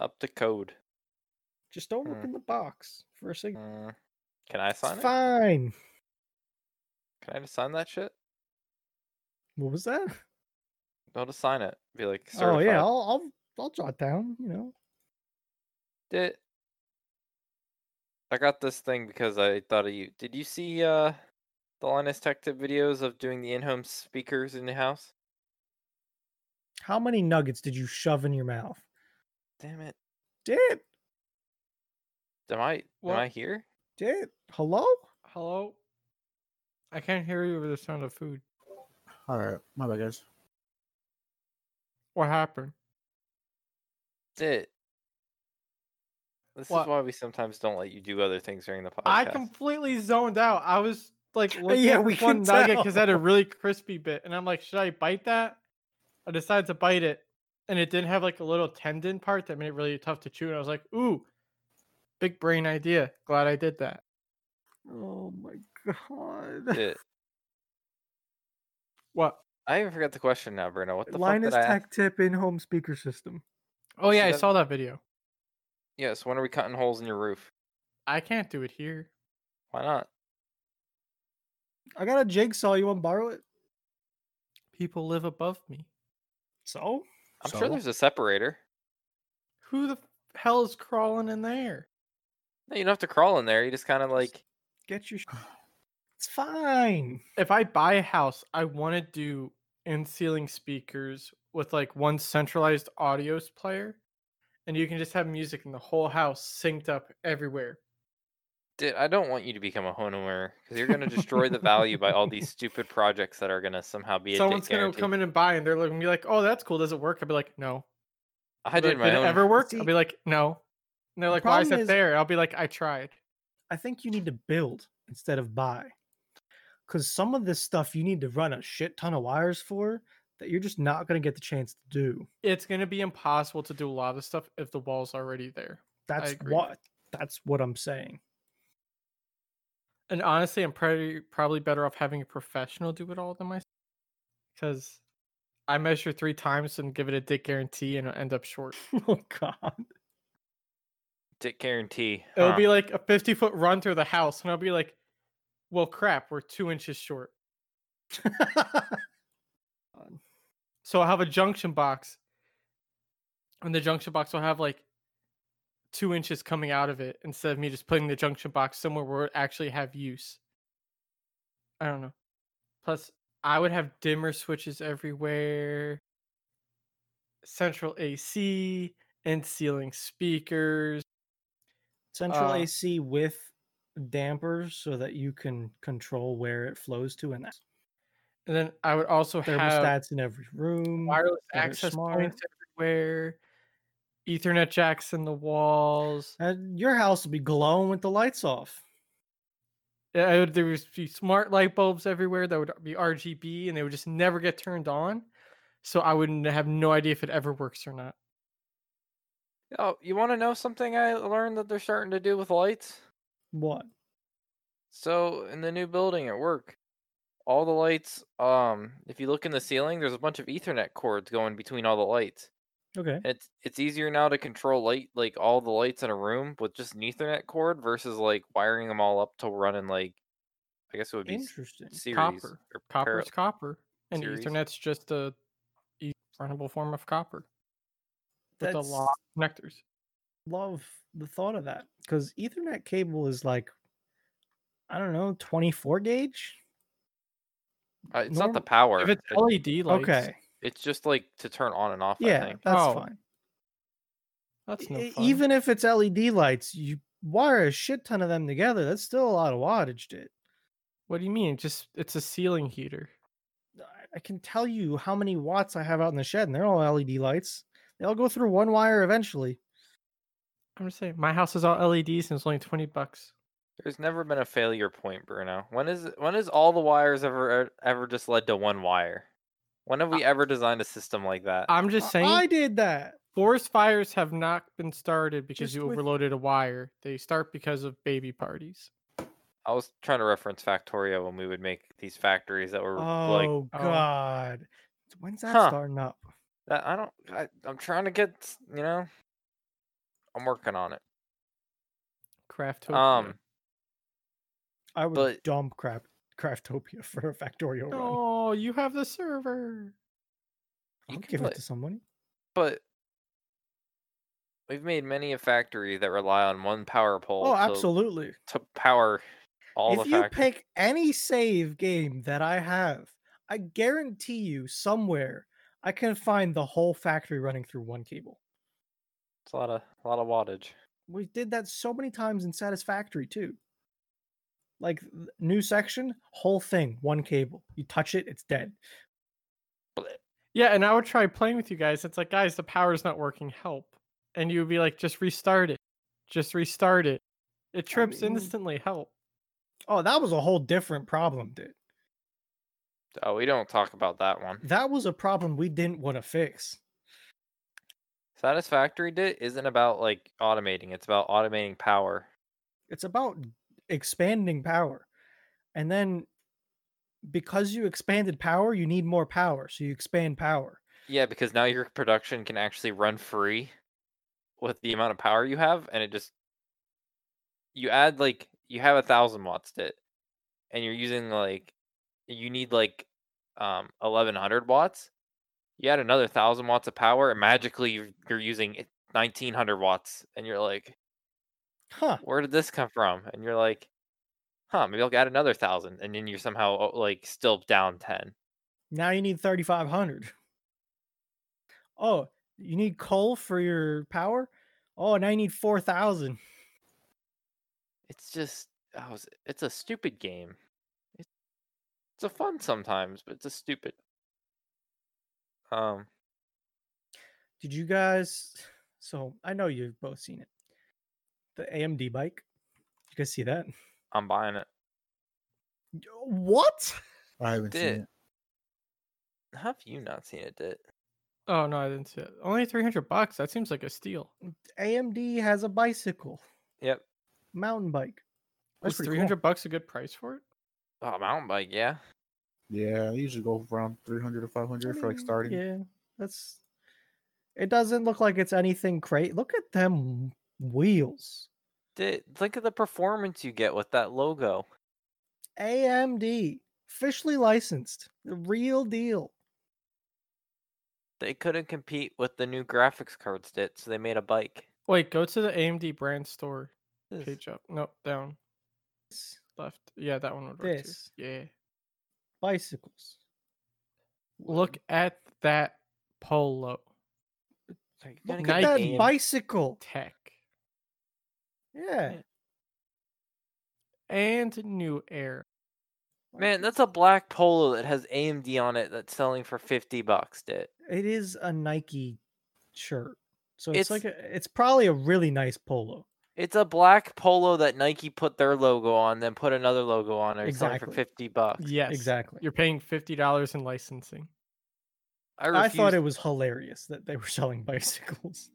A: Up to code.
B: Just don't look
A: Hmm.
B: in the box for a
C: Hmm.
B: second.
A: Mm. Can I
B: It's
A: sign it?
B: fine.
A: Can I just sign that shit?
B: What was that?
A: I'll just sign it. Be like,
B: Oh
A: certified.
B: yeah, I'll I'll I'll jot down. You know,
A: Did I got this thing because I thought of you. Did you see uh the Linus Tech Tip videos of doing the in-home speakers in the house?
B: how many nuggets did you shove in your mouth?
A: Damn it!
B: Did
A: Am I
C: Well-
A: am I here?
B: did hello?
C: Hello. I can't hear you over the sound of food.
D: All right, my bad, guys.
C: What happened?
A: Did this is
C: What?
A: why we sometimes don't let you do other things during the podcast.
C: I completely zoned out. I was like looking
B: (laughs) Yeah,
C: at
B: we
C: one
B: can
C: nugget because I had a
B: tell.
C: really crispy bit, and I'm like, should I bite that? I decided to bite it, and it didn't have like a little tendon part that made it really tough to chew. And I was like, ooh, big brain idea. Glad I did that.
B: (laughs) Oh my god!
A: Did
C: What?
A: I even forgot the question now, Bruno. What the
B: Linus
A: fuck did I ask?
B: Tech Tip in home speaker system.
C: Oh yeah, I
A: So-
C: saw that video.
A: Yes. When are we cutting holes in your roof?
C: I can't do it here.
A: Why not?
B: I got a jigsaw. You want to borrow it?
C: People live above me.
B: So
A: I'm sure
D: So?
A: there's a separator.
C: Who the hell is crawling in there?
A: No, you don't have to crawl in there. You just kind of like
B: get your. Sh- (sighs) it's fine.
C: If I buy a house, I want to do in ceiling speakers with like one centralized audio player, and you can just have music in the whole house synced up everywhere.
A: Dude, I don't want you to become a homeowner because you're going to destroy the value by all
C: (laughs)
A: these stupid projects that are going to somehow be.
C: Someone's gonna come in and buy, and they're going to be like, "Oh, that's cool. Does it work?" I'll be like, "No."
A: I
C: They'll be
A: did
C: like,
A: my
C: Did
A: own.
C: it ever work? I'll
B: See-
C: be like, "No." And they're
B: The
C: like, "Why is
B: problem
C: it
B: is-
C: there?" I'll be like, "I tried."
B: I think you need to build instead of buy. Because some of this stuff you need to run a shit ton of wires for that you're just not going to get the chance to do.
C: It's gonna be impossible to do a lot of stuff if the wall's already there.
B: That's
C: agree.
B: what that's what I'm saying.
C: And honestly, I'm probably probably better off having a professional do it all than myself because I measure three times and give it a dick guarantee and I end up short.
B: (laughs) oh god. (laughs)
A: Dick guarantee.
C: It'll
A: huh?
C: be like a 50 foot run through the house, and I'll be like, well, crap, we're two inches short. So I'll have a junction box, and the junction box will have like two inches coming out of it instead of me just putting the junction box somewhere where it actually have use. I don't know. Plus, I would have dimmer switches everywhere, central AC, and ceiling speakers.
B: Central
C: Uh,
B: AC with dampers so that you can control where it flows to and that's
C: And then I would also have
B: thermostats in every room.
C: wireless
B: that are
C: access
B: smart.
C: points everywhere, Ethernet jacks in the walls.
B: And Uh, your house will be glowing with the lights off.
C: Yeah, I would, there would be smart light bulbs everywhere that would be RGB and they would just never get turned on. So I wouldn't have no idea if it ever works or not.
A: Oh, you want to know something I learned that they're starting to do with lights?
B: What?
A: So in the new building at work, all the lights. Um, if you look in the ceiling, there's a bunch of Ethernet cords going between all the lights.
B: Okay.
A: And It's it's easier now to control light like all the lights in a room with just an Ethernet cord versus like wiring them all up to running like. I guess it would be s-
B: Interesting.
A: series
C: Copper.
A: or para-
C: Copper's copper. And
A: series.
C: Ethernet's just a e- runnable form of copper with a
B: That's-
C: lot of connectors.
B: love the thought of that because Ethernet cable is like, I don't know, 24 gauge.
A: Uh, it's not the
B: Norm-
A: power.
C: If it's
A: it-
C: LED lights,
B: okay,
A: It's just like to turn on and off. I
B: yeah,
A: think.
B: that's
C: Oh,
B: fine.
C: that's no
B: E-
C: fun.
B: Even if it's LED lights, you wire a shit ton of them together. That's still a lot of wattage, dude.
C: What do you mean? Just it's a ceiling heater.
B: I- I can tell you how many watts I have out in the shed, and they're all LED lights. They all go through one wire eventually.
C: I'm just saying, my house is all LEDs and it's only twenty bucks.
A: There's never been a failure point, Bruno. When is when is all the wires ever e- ever just led to one wire? When have we
C: Uh
A: ever designed a system like that?
C: I'm just
B: I-
C: saying,
B: I did that.
C: forest fires have not been started because
B: Just
C: you
B: with-
C: overloaded a wire. They start because of baby parties.
A: I was trying to reference Factorio when we would make these factories that were like uh,
B: Oh God, when's that
A: Huh.
B: starting up?
A: that. I don't. I, I'm trying to get s- you know. I'm working on it.
C: Craft.
A: Um,
B: I would
A: But-
B: dump crap Craftopia for a Factorio run.
C: oh, you have the server.
A: you
B: I'll
A: can
B: give
A: play-
B: it to somebody.
A: but we've made many a factory that rely on one power pole.
B: Oh,
A: to-
B: absolutely.
A: To, power all
B: if
A: the
B: you
A: factories.
B: pick any save game that I have, I guarantee you somewhere I can find the whole factory running through one cable.
A: it's a lot of a lot of wattage.
B: We did that so many times in Satisfactory too. Like th- new section, whole thing, one cable. You touch it, it's dead.
C: Yeah, and I would try playing with you guys. It's like, guys, the power's not working. Help! And you would be like, just restart it. Just restart it. It trips
B: mean-
C: instantly. Help!
B: Oh, that was a whole different problem, dude.
A: Oh, we don't talk about that one.
B: That was a problem we didn't want to fix.
A: Satisfactory did isn't about like automating, it's about automating power.
B: it's about expanding power and then because you expanded power, you need more power, so you expand power.
A: Yeah, because now your production can actually run free with the amount of power you have, and it just you add like you have a thousand watts to it, and you're using like you need like um eleven hundred watts. You add another thousand watts of power, and magically you're, you're using nineteen hundred watts, and you're like,
B: Huh.
A: where did this come from? And you're like, huh, maybe I'll add another thousand, and then you're somehow oh, like still down ten.
B: Now you need 3,500. Oh, you need coal for your power? Oh, now you need 4,000.
A: It's just, I was, it's a stupid game. It's, it's a fun sometimes, but it's a stupid. Um,
B: Did you guys? So I know you've both seen it. The AMD bike. You guys see that?
A: I'm buying it.
B: What?
D: I haven't
A: Did-
D: seen it.
A: How have you not seen it? Dit?
C: Oh no, I didn't see it. Only three hundred bucks. That seems like a steal.
B: AMD has a bicycle,
A: Yep.
B: mountain bike.
D: That's
C: Was
D: pretty
C: three hundred bucks a good price for it?
A: Oh, mountain bike. Yeah.
D: Yeah, I usually go around 300 to 500 for like
B: Mm,
D: starting.
B: Yeah, that's. It doesn't look like it's anything great. Look at them wheels.
A: Dit, look at the performance you get with that logo.
B: AMD, officially licensed, the real deal.
A: They couldn't compete with the new graphics cards, Dit, so they made a bike.
C: Wait, go to the AMD brand store
A: This-
C: page up. Nope, down,
B: It's
C: left. Yeah, that one would work too.
B: This.
C: Yeah.
B: Bicycles.
C: Look at that polo
A: Are you gonna
B: Look
A: get
B: at
C: Nike
B: that
A: AMD?
B: bicycle.
C: tech
B: Yeah.
C: and new air.
A: Man, that's a black polo that has AMD on it that's selling for 50 bucks, Dit.
B: It is a Nike shirt. So
A: It's-
B: it's, like a, it's probably a really nice polo.
A: It's a black polo that Nike put their logo on, then put another logo on it, selling for
B: Exactly.
A: 50 bucks.
C: Yes,
B: Exactly.
C: You're paying fifty dollars in licensing.
A: I,
B: I thought it
A: refuse-
B: was hilarious that they were (laughs) selling bicycles.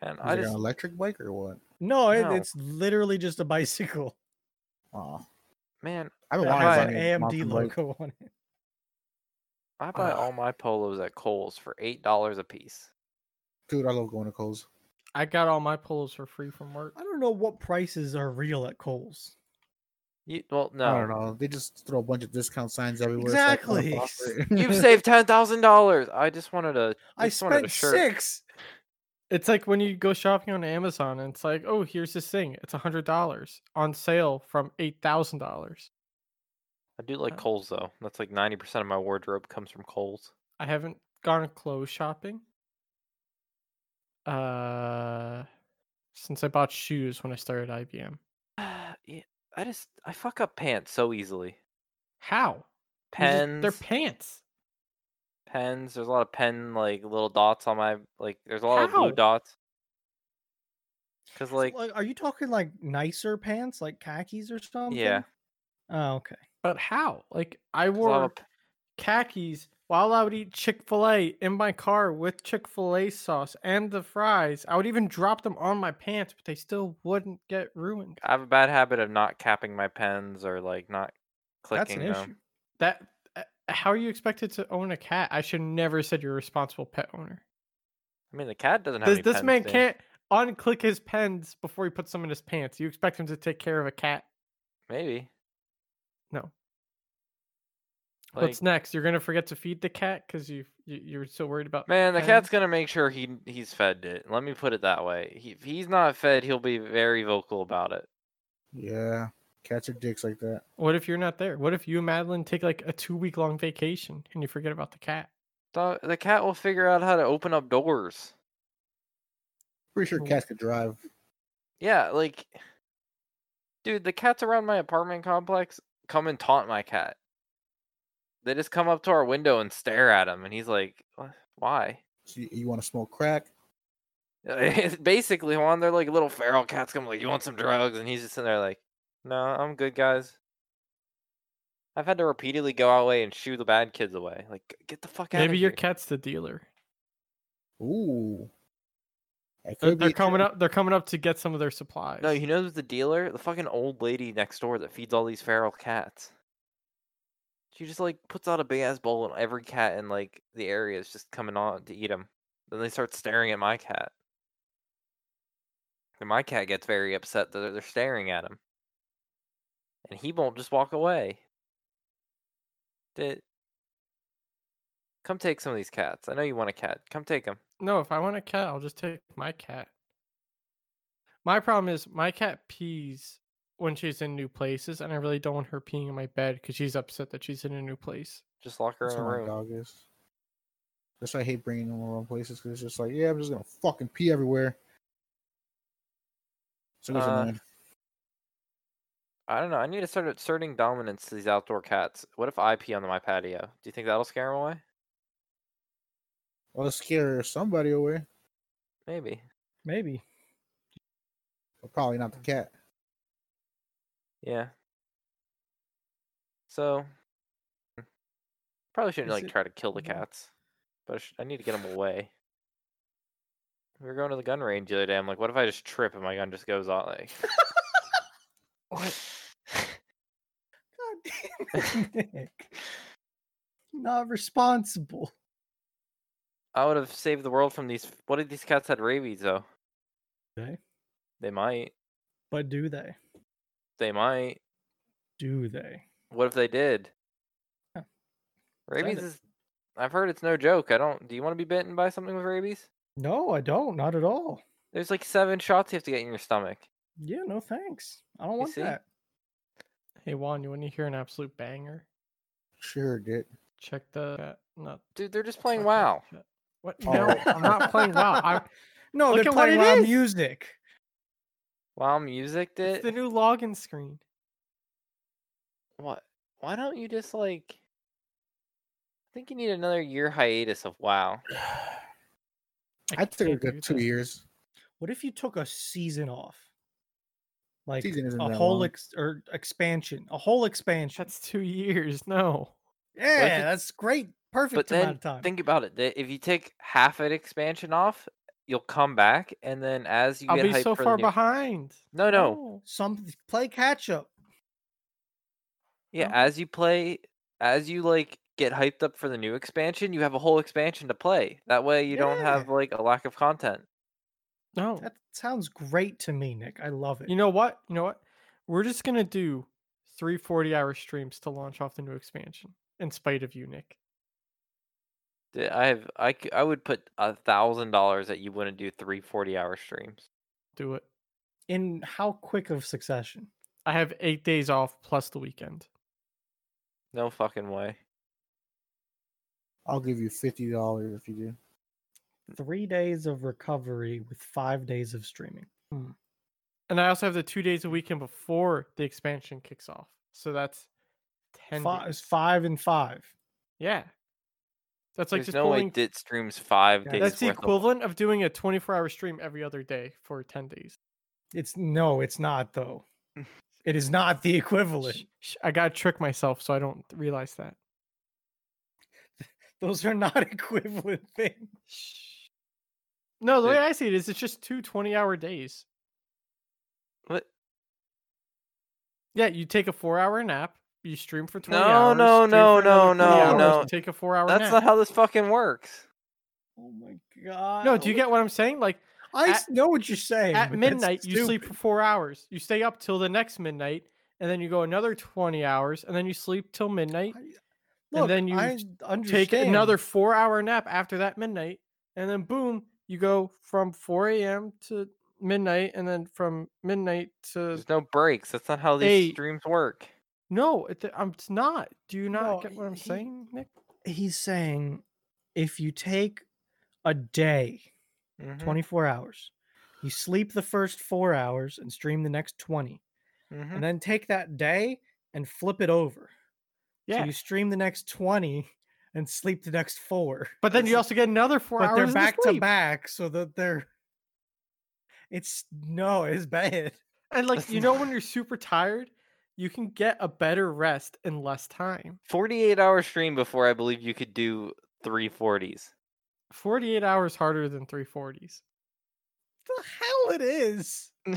A: Man,
D: Is
A: I
D: it
A: just
D: an electric bike or what?
B: No, it,
A: No.
B: it's literally just a bicycle.
D: Oh,
A: man,
D: I've
B: It
D: been
A: Why
B: has
A: is
D: wanting
B: an
D: to buy an
B: AMD logo on it.
A: I buy
D: Ugh.
A: all my polos at Kohl's for eight dollars a piece.
D: Dude, I love going to Kohl's.
C: I got all my polos for free from work.
B: I don't know what prices are real at Kohl's.
A: You, well, no,
D: I don't know. They just throw a bunch of discount signs everywhere.
B: Exactly.
D: (laughs)
A: you've saved ten thousand dollars. I just wanted a,
B: I
A: just wanted a
B: spent
A: shirt.
B: six.
C: It's like when you go shopping on Amazon and it's like, oh, here's this thing. It's a hundred dollars on sale from eight thousand dollars.
A: I do like
C: Uh,
A: Kohl's though. That's like ninety percent of my wardrobe comes from Kohl's.
C: I haven't gone clothes shopping. Uh since I bought shoes when I started IBM.
A: yeah, I just I fuck up pants so easily.
C: How? You just-
A: Pens,
C: They're pants.
A: pens. There's a lot of pen like little dots on my like. There's a lot of
C: How?
A: blue dots. Cause
B: Like,
A: like
B: are you talking like nicer pants, like khakis or something?
A: Yeah.
B: Oh, okay.
C: But how? Like I
A: 'cause I'm a
C: wore
A: p-
C: khakis while I would eat Chick-fil-A in my car with Chick-fil-A sauce and the fries. I would even drop them on my pants, but they still wouldn't get ruined.
A: I have a bad habit of not capping my pens or like not
B: That's
A: clicking
B: an
A: them.
B: issue.
C: That uh, how are you expected to own a cat? I should never said you're a responsible pet owner.
A: I mean, the cat doesn't have
C: This,
A: any
C: this
A: pens,
C: man
A: dude.
C: can't unclick his pens before he puts them in his pants. You expect him to take care of a cat?
A: Maybe.
C: No.
A: Like,
C: What's next? You're gonna forget to feed the cat because you, you you're so worried about
A: man, the cat's
C: pens?
A: gonna make sure he he's fed. It. Let me put it that way. He, if he's not fed, he'll be very vocal about it.
D: Yeah. Cats are dicks like that.
C: What if you're not there? What if you and Madeline take like a two week long vacation and you forget about the cat?
A: Dog- The cat will figure out how to open up doors.
D: Pretty sure
C: Cool.
D: cats could drive.
A: Yeah, like, dude, the cats around my apartment complex come and taunt my cat. They just come up to our window and stare at him, and he's like, "Wh- "Why?" (laughs)
D: So you, you want to smoke crack?
A: Basically, Juan, they're like little feral cats. Come like, "You want some drugs?" And he's just sitting there like, "No, I'm good, guys." I've had to repeatedly go away and shoo the bad kids away. Like, "G- get the fuck out of
C: Maybe
A: here.
C: your cat's the dealer.
D: Ooh. That
C: They're,
D: could
C: they're
D: be
C: coming
D: too.
C: up. They're coming up to get some of their supplies.
A: No, you know who's the dealer? The fucking old lady next door that feeds all these feral cats. She just like puts out a big ass bowl, and every cat in like the area is just coming on to eat them. Then they start staring at my cat. And my cat gets very upset that they're- they're staring at him, and he won't just walk away. Did come take some of these cats. I know you want a cat. Come take them.
C: No, if I want a cat, I'll just take my cat. My problem is my cat pees when she's in new places, and I really don't want her peeing in my bed because she's upset that she's in a new place.
A: Just lock her
D: That's
A: in a
D: how my
A: room.
D: dog is. That's why I hate bringing them around places because it's just like, yeah, I'm just gonna fucking pee everywhere. So goes
A: Uh,
D: annoying.
A: I don't know. I need to start asserting dominance to these outdoor cats. What if I pee onto my patio? Do you think that'll scare them away?
D: Well, let's scare somebody away,
A: Maybe.
B: Maybe.
D: but probably not the cat.
A: Yeah. So hmm, probably shouldn't
B: Is
A: like
B: it- Mm-hmm.
A: try to kill the
B: yeah.
A: cats, but I, sh- I need to get them away. We were going to the gun range the other day. I'm like, what if I just trip and my gun just goes off? Like,
B: (laughs) What? God (laughs) damn it, Nick. Not responsible.
A: I would have saved the world from these. What if these cats had rabies though?
B: They?
A: They might.
B: But do they?
A: They might.
B: Do they?
A: What if they did?
B: Huh.
A: Rabies
B: it.
A: is. I've heard it's no joke. I don't. Do you want to be bitten by something with rabies?
B: No, I don't. Not at all.
A: There's like seven shots you have to get in your stomach.
B: Yeah, no thanks. I don't want
A: see?
B: that.
C: Hey Juan, you want to hear an absolute banger?
D: Sure, did.
C: Check the cat. Not
A: Dude, they're just playing
C: (laughs) check that
A: WoW.
C: cat. What?
D: Oh.
C: No, I'm
D: (laughs)
C: not playing WoW. I,
B: No,
C: Look
B: they're
C: at what
B: playing
C: it
B: loud
C: is.
B: music.
A: WoW music
C: it's
A: did.
C: the new login screen.
A: what? Why don't you just like? I think you need another year hiatus of
C: (laughs)
A: WoW.
D: I took a
C: can't do
D: good two
C: that.
D: years.
B: What if you took a season off? Like
D: Season isn't
B: a
D: that
B: whole
D: long.
B: ex- or expansion, a whole expansion.
C: That's two years. No.
B: yeah,
A: it-
B: that's great.
A: But
B: Perfect amount
A: then
B: of time.
A: think about it. that If you take half an expansion off, you'll come back, and then as you
C: I'll
A: get
C: be
A: hyped
C: so
A: for the
C: far
A: new-
C: behind.
A: No, no.
B: Some play catch up.
A: Yeah,
C: No?
A: as you play, as you like get hyped up for the new expansion, you have a whole expansion to play. That way, you don't have like a lack of content.
C: No.
B: That sounds great to me, Nick. I love it.
C: You know what? You know what? We're just gonna do three 40 hour streams to launch off the new expansion. In spite of you, Nick.
A: Dude, I have, I, c- I would put a thousand dollars that you wouldn't do three 40 hour streams.
C: Do it.
B: in how quick of succession?
C: I have eight days off plus the weekend.
A: No fucking way.
D: I'll give you fifty dollars if you do.
B: Three days of recovery with five days of streaming.
C: And I also have the two days a weekend before the expansion kicks off. So that's ten
B: Five,
C: days.
B: five and five.
C: Yeah. That's like
A: There's
C: just
A: no way
C: pulling
A: Dit streams five
B: Yeah,
A: days.
C: that's the
A: worth of-
C: equivalent of doing a 24 hour stream every other day for 10 days.
B: It's no, it's not though. It is not the equivalent.
C: Mm. Sh- sh- I gotta trick myself so I don't realize that.
B: (laughs) Those are not (laughs) equivalent things.
C: No, the
A: Dude.
C: way I see it is it's just two 20 hour days.
A: What?
C: Yeah, you take a four hour nap, you stream for 20
A: No,
C: hours.
A: no,
C: stream
A: no,
C: for
A: no,
C: another 20
B: no,
C: hours,
A: no.
C: you Take a four hour
A: That's
C: nap.
A: not how this fucking works.
B: Oh my god.
C: no, do you
B: what- (laughs)
C: get what I'm saying? Like
B: I
C: at-
B: s- know what you're saying.
C: at
B: but that's
C: midnight, you sleep for
B: stupid.
C: four hours. You stay up till the next midnight, and then you go another 20 hours, and then you sleep till midnight.
B: I-
C: and
B: Look,
C: then you
B: I
C: take
B: understand.
C: Take another four hour nap after that midnight, and then boom, you go from 4 a.m. to midnight, and then from midnight to
A: There's no breaks. That's not how these
C: Eight.
A: streams work.
C: No, it, I'm, it's not. Do you not
B: No,
C: get what I'm
B: he-
C: saying, Nick?
B: He's saying if you take a day
C: Mm-hmm.
A: Mhm,
B: 24 hours. You sleep the first four hours and stream the next 20,
A: mhm.
C: Mm-hmm.
B: and then take that day and flip it over. So
C: Yeah,
B: you stream the next 20 and sleep the next four.
C: but then you also get another four
B: but
C: hours.
B: they're
C: in the
B: back to
C: sleep.
B: back so that they're. It's no, it's bad. (laughs)
C: and like
A: That's
C: you know, when you're super tired, you can get a better rest in less time.
A: 48 hour stream before I believe you could do three 40s.
C: 48 hours harder than 340s.
B: The hell it is.
A: (laughs)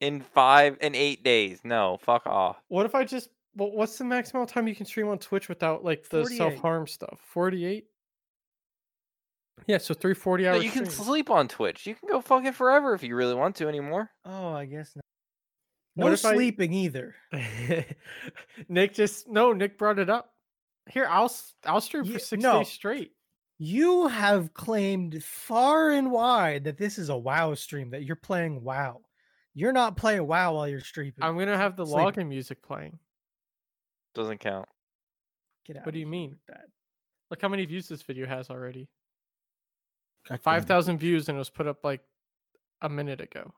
A: in five and eight days. No, fuck off.
C: What if I just Well, what's the max amount of time you can stream on Twitch without like the
B: 48.
C: self harm stuff? Forty eight. Yeah, so three forty
A: No,
C: hours.
A: you can sleep on Twitch. You can go fucking forever if you really want to anymore.
B: Oh, I guess not.
C: What
B: No
C: if I-
B: sleeping either.
C: (laughs) Nick just no. Nick brought it up. Here, I'll s- I'll stream
B: Ye-
C: for six
B: no.
C: days straight.
B: You have claimed far and wide that this is a WoW stream, that you're playing WoW. You're not playing WoW while you're streaming.
C: I'm gonna have the
B: Sleep.
C: login music playing.
A: Doesn't count.
B: Get out
C: What do you mean? Look how many views this video has already.
D: God
B: Mm.
C: Five
D: damn it.
C: thousand views, and it was put up like a minute ago.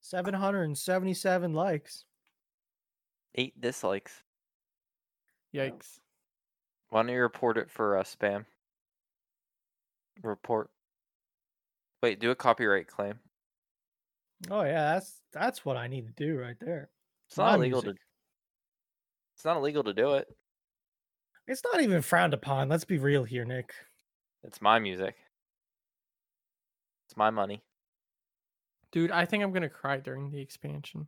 B: 777 likes.
A: Eight dislikes.
C: Yikes!
A: Why don't you report it for uh, spam? Report. Wait, do a copyright claim.
B: Oh yeah, that's that's what I need to do right there.
A: It's not
B: My
A: illegal
B: music.
A: to. It's not illegal to do it.
B: It's not even frowned upon. Let's be real here, Nick.
A: It's my music. It's my money.
C: Dude, I think I'm gonna cry during the expansion.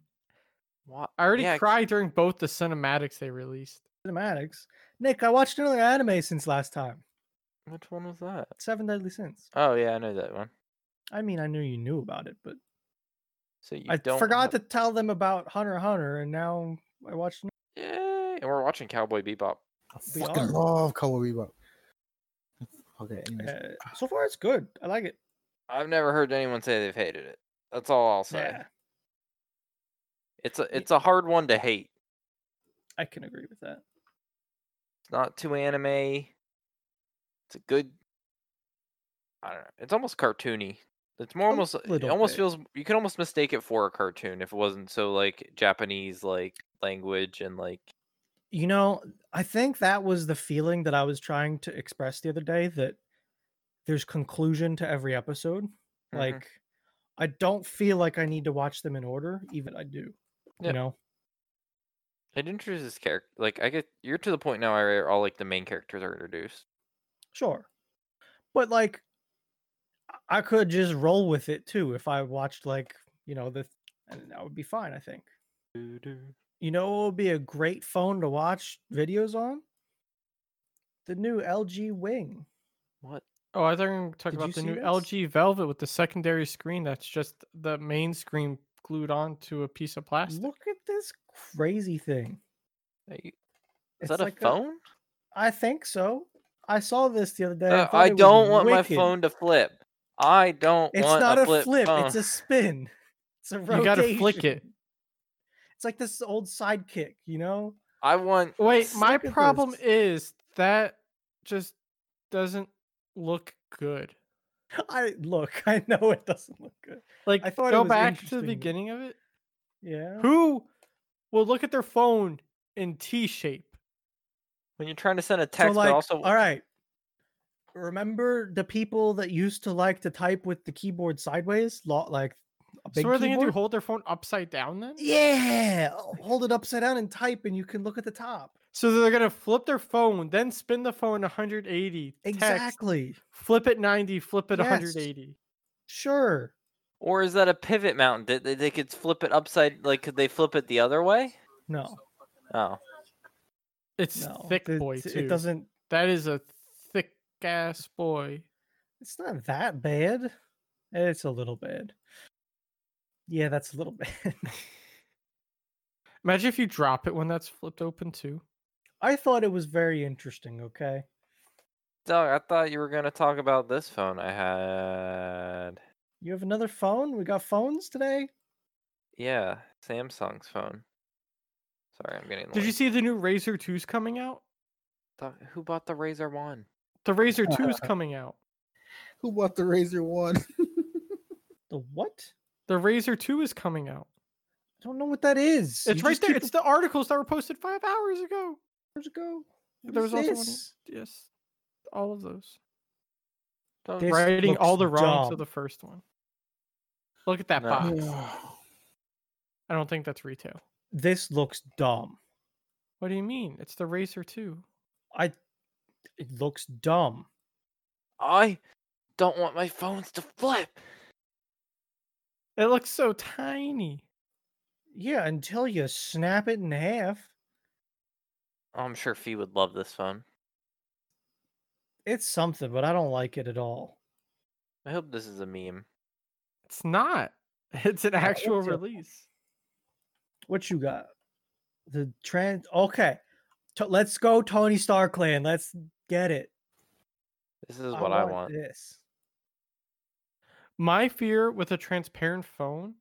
A: What?
C: I already
A: Yeah, ex-
C: cried during both the cinematics they released.
B: Cinematics. Nick, I watched another anime since last time.
A: Which one was that?
B: Seven Deadly Sins.
A: Oh yeah, I know that one.
B: I mean, I knew you knew about it, but
A: So you
B: I
A: don't
B: forgot
A: have-
B: to tell them about Hunter x Hunter, and now I watched. an-
A: Yay! And we're watching Cowboy Bebop.
D: I
B: we
D: fucking
B: are.
D: love Cowboy Bebop. Okay, anyways.
C: Eh.
B: Uh, so far, it's good. I like it.
A: I've never heard anyone say they've hated it. That's all I'll say.
B: Yeah,
A: It's a it's a hard one to hate.
B: I can agree with that.
A: It's not too anime. It's a good. I don't know. It's almost cartoony. It's more
B: A
A: almost. uh, It
B: little
A: almost
B: bit.
A: feels. You can almost mistake it for a cartoon if it wasn't so like Japanese like language and like.
B: You know, I think that was the feeling that I was trying to express the other day that there's conclusion to every episode.
A: mhm.
B: Like, I don't feel like I need to watch them in order, even I do.
A: Yeah.
B: You know,
A: mm-hmm. it introduces character. Like I get you're to the point now where all like the main characters are introduced.
B: sure, but like, I- I could just roll with it too if I watched like you know the, and that would be fine. I think. You know, what would be a great phone to watch videos on. The new LG Wing.
A: What?
C: Oh, I thought we were gonna talk
B: Did you
C: about the
B: see
C: new
B: this?
C: LG Velvet with the secondary screen that's just the main screen glued onto a piece of plastic.
B: Look at this crazy thing.
A: Are you-
B: It's
A: Is that a
B: like
A: phone?
B: I think so. I saw this the other day.
A: Uh,
B: thought
A: I
B: it was
A: don't want my
B: wicked.
A: phone to flip. I don't
B: It's
A: want
B: not
A: a
B: a
A: flip.
B: flip.
A: phone.
B: It's a spin. (laughs) It's a rotation.
C: You gotta flick it.
B: It's like this old sidekick, you know?
A: I want.
C: Wait, my
B: Look at
C: problem
B: this.
C: is that just doesn't look good.
B: I look. (laughs) I know it doesn't look good.
C: Like,
B: I thought it
C: go
B: was
C: back to the
B: interesting, though.
C: beginning of it.
B: Yeah.
C: Who will look at their phone in T shape?
A: When you're trying to send a
B: So
A: text,
B: like,
A: but also
B: all right. Remember the people that used to like to type with the keyboard sideways, Lo- like a big
C: So what are they gonna do?
B: keyboard? E
C: Hold their phone upside down then?
B: yeah, Oh, hold it upside down and type, and you can look at the top.
C: So they're gonna flip their phone, then spin the phone 180. text,
B: Exactly.
C: flip it 90, flip it
B: Yes.
C: 180.
B: Sure.
A: Or is that a pivot mount? Did they, they could flip it upside? Like, could they flip it the other way?
B: No.
A: Oh,
C: It's
B: No.
C: thick
B: it-
C: boy
B: it,
C: too.
B: doesn't.
C: That is a thick ass boy.
B: It's not that bad. It's a little bad. Yeah, that's a little (laughs) bad.
C: Imagine if you drop it when that's flipped open too.
B: I thought it was very interesting. Okay.
A: Doug, I thought you were gonna talk about this phone I had.
B: You have another phone? We got phones today?
A: Yeah, Samsung's phone. Sorry, I'm getting.
C: Did you
A: late.
C: see the new Razor 2's coming out?
A: Doug, who bought the Razor One?
C: The Razor
B: (laughs)
C: 2's coming out.
D: Who bought the Razor One? (laughs)
B: The what?
C: The Razor 2 is coming out.
B: I don't know what that is.
C: It's
B: You
C: right
B: just
C: there.
B: keep
C: It's the articles that were posted five hours ago.
B: hours ago. What
C: there
B: is
C: was also one-
B: this?
C: Yes. All of those.
A: Doug,
B: This-
C: Writing all
B: looks
C: the wrongs
B: dumb.
C: of the first one. Look at that
A: No.
C: box. I don't think that's retail.
B: This looks dumb.
C: What do you mean? It's the Razor 2.
B: I it looks dumb.
A: I don't want my phones to flip.
C: It looks so tiny.
B: Yeah, until you snap it in half.
A: Oh, I'm sure Fee would love this phone.
B: It's something, but I don't like it at all.
A: I hope this is a meme.
C: It's not. (laughs) It's an actual
B: it's a-
C: release.
B: What you got? The trans. Okay, To- let's go, Tony Star Clan. Let's get it.
A: This is what I want.
B: This.
C: My fear with a transparent phone,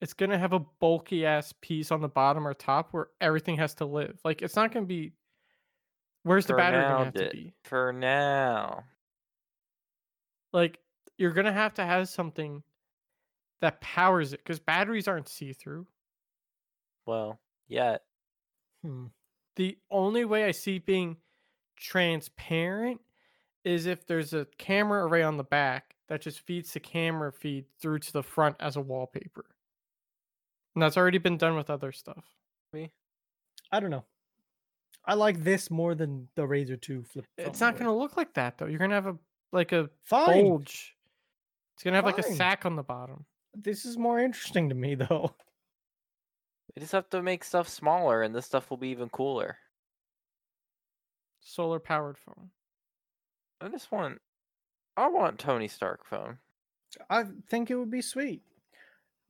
C: it's gonna have a bulky ass piece on the bottom or top where everything has to live. Like it's not gonna be. Where's the battery gonna have
A: Surround it.
C: to be?
A: For now.
C: Like you're gonna have to have something that powers it because batteries aren't see through.
A: Well, yet.
B: Hmm.
C: the only way I see being transparent is if there's a camera array on the back that just feeds the camera feed through to the front as a wallpaper. And that's already been done with other stuff.
B: I don't know. I like this more than the Razor Two flip.
C: It's not going to look like that though. You're going to have a like a
B: Fine.
C: bulge. It's going to have like a
B: Fine.
C: sack on the bottom.
B: This is more interesting to me though.
A: We just have to make stuff smaller and this stuff will be even cooler.
C: Solar powered phone.
A: I just want I want Tony Stark phone.
B: I think it would be sweet.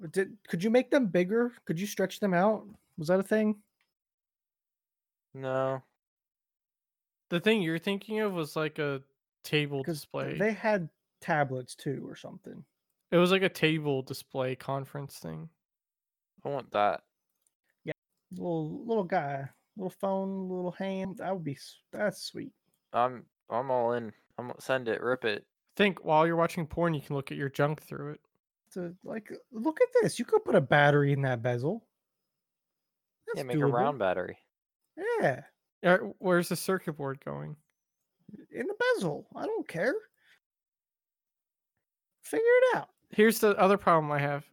B: But Did, could you make them bigger? Could you stretch them out? Was that a thing?
A: No.
C: The thing you're thinking of was like a table
B: 'Cause
C: display.
B: They had tablets too, or something.
C: It was like a table display conference thing.
A: I want that.
B: Little little guy, little phone, little hand. That would be s- that's sweet.
A: I'm I'm all in. I'm send it, rip it.
C: Think while you're watching porn, you can look at your junk through it.
B: To like, look at this. You could put a battery in that bezel.
A: yeah,
B: That's
A: make a
B: doable.
A: round battery.
B: Yeah,
C: Uh, Where's the circuit board going?
B: in the bezel. I don't care. Figure it out.
C: Here's the other problem I have.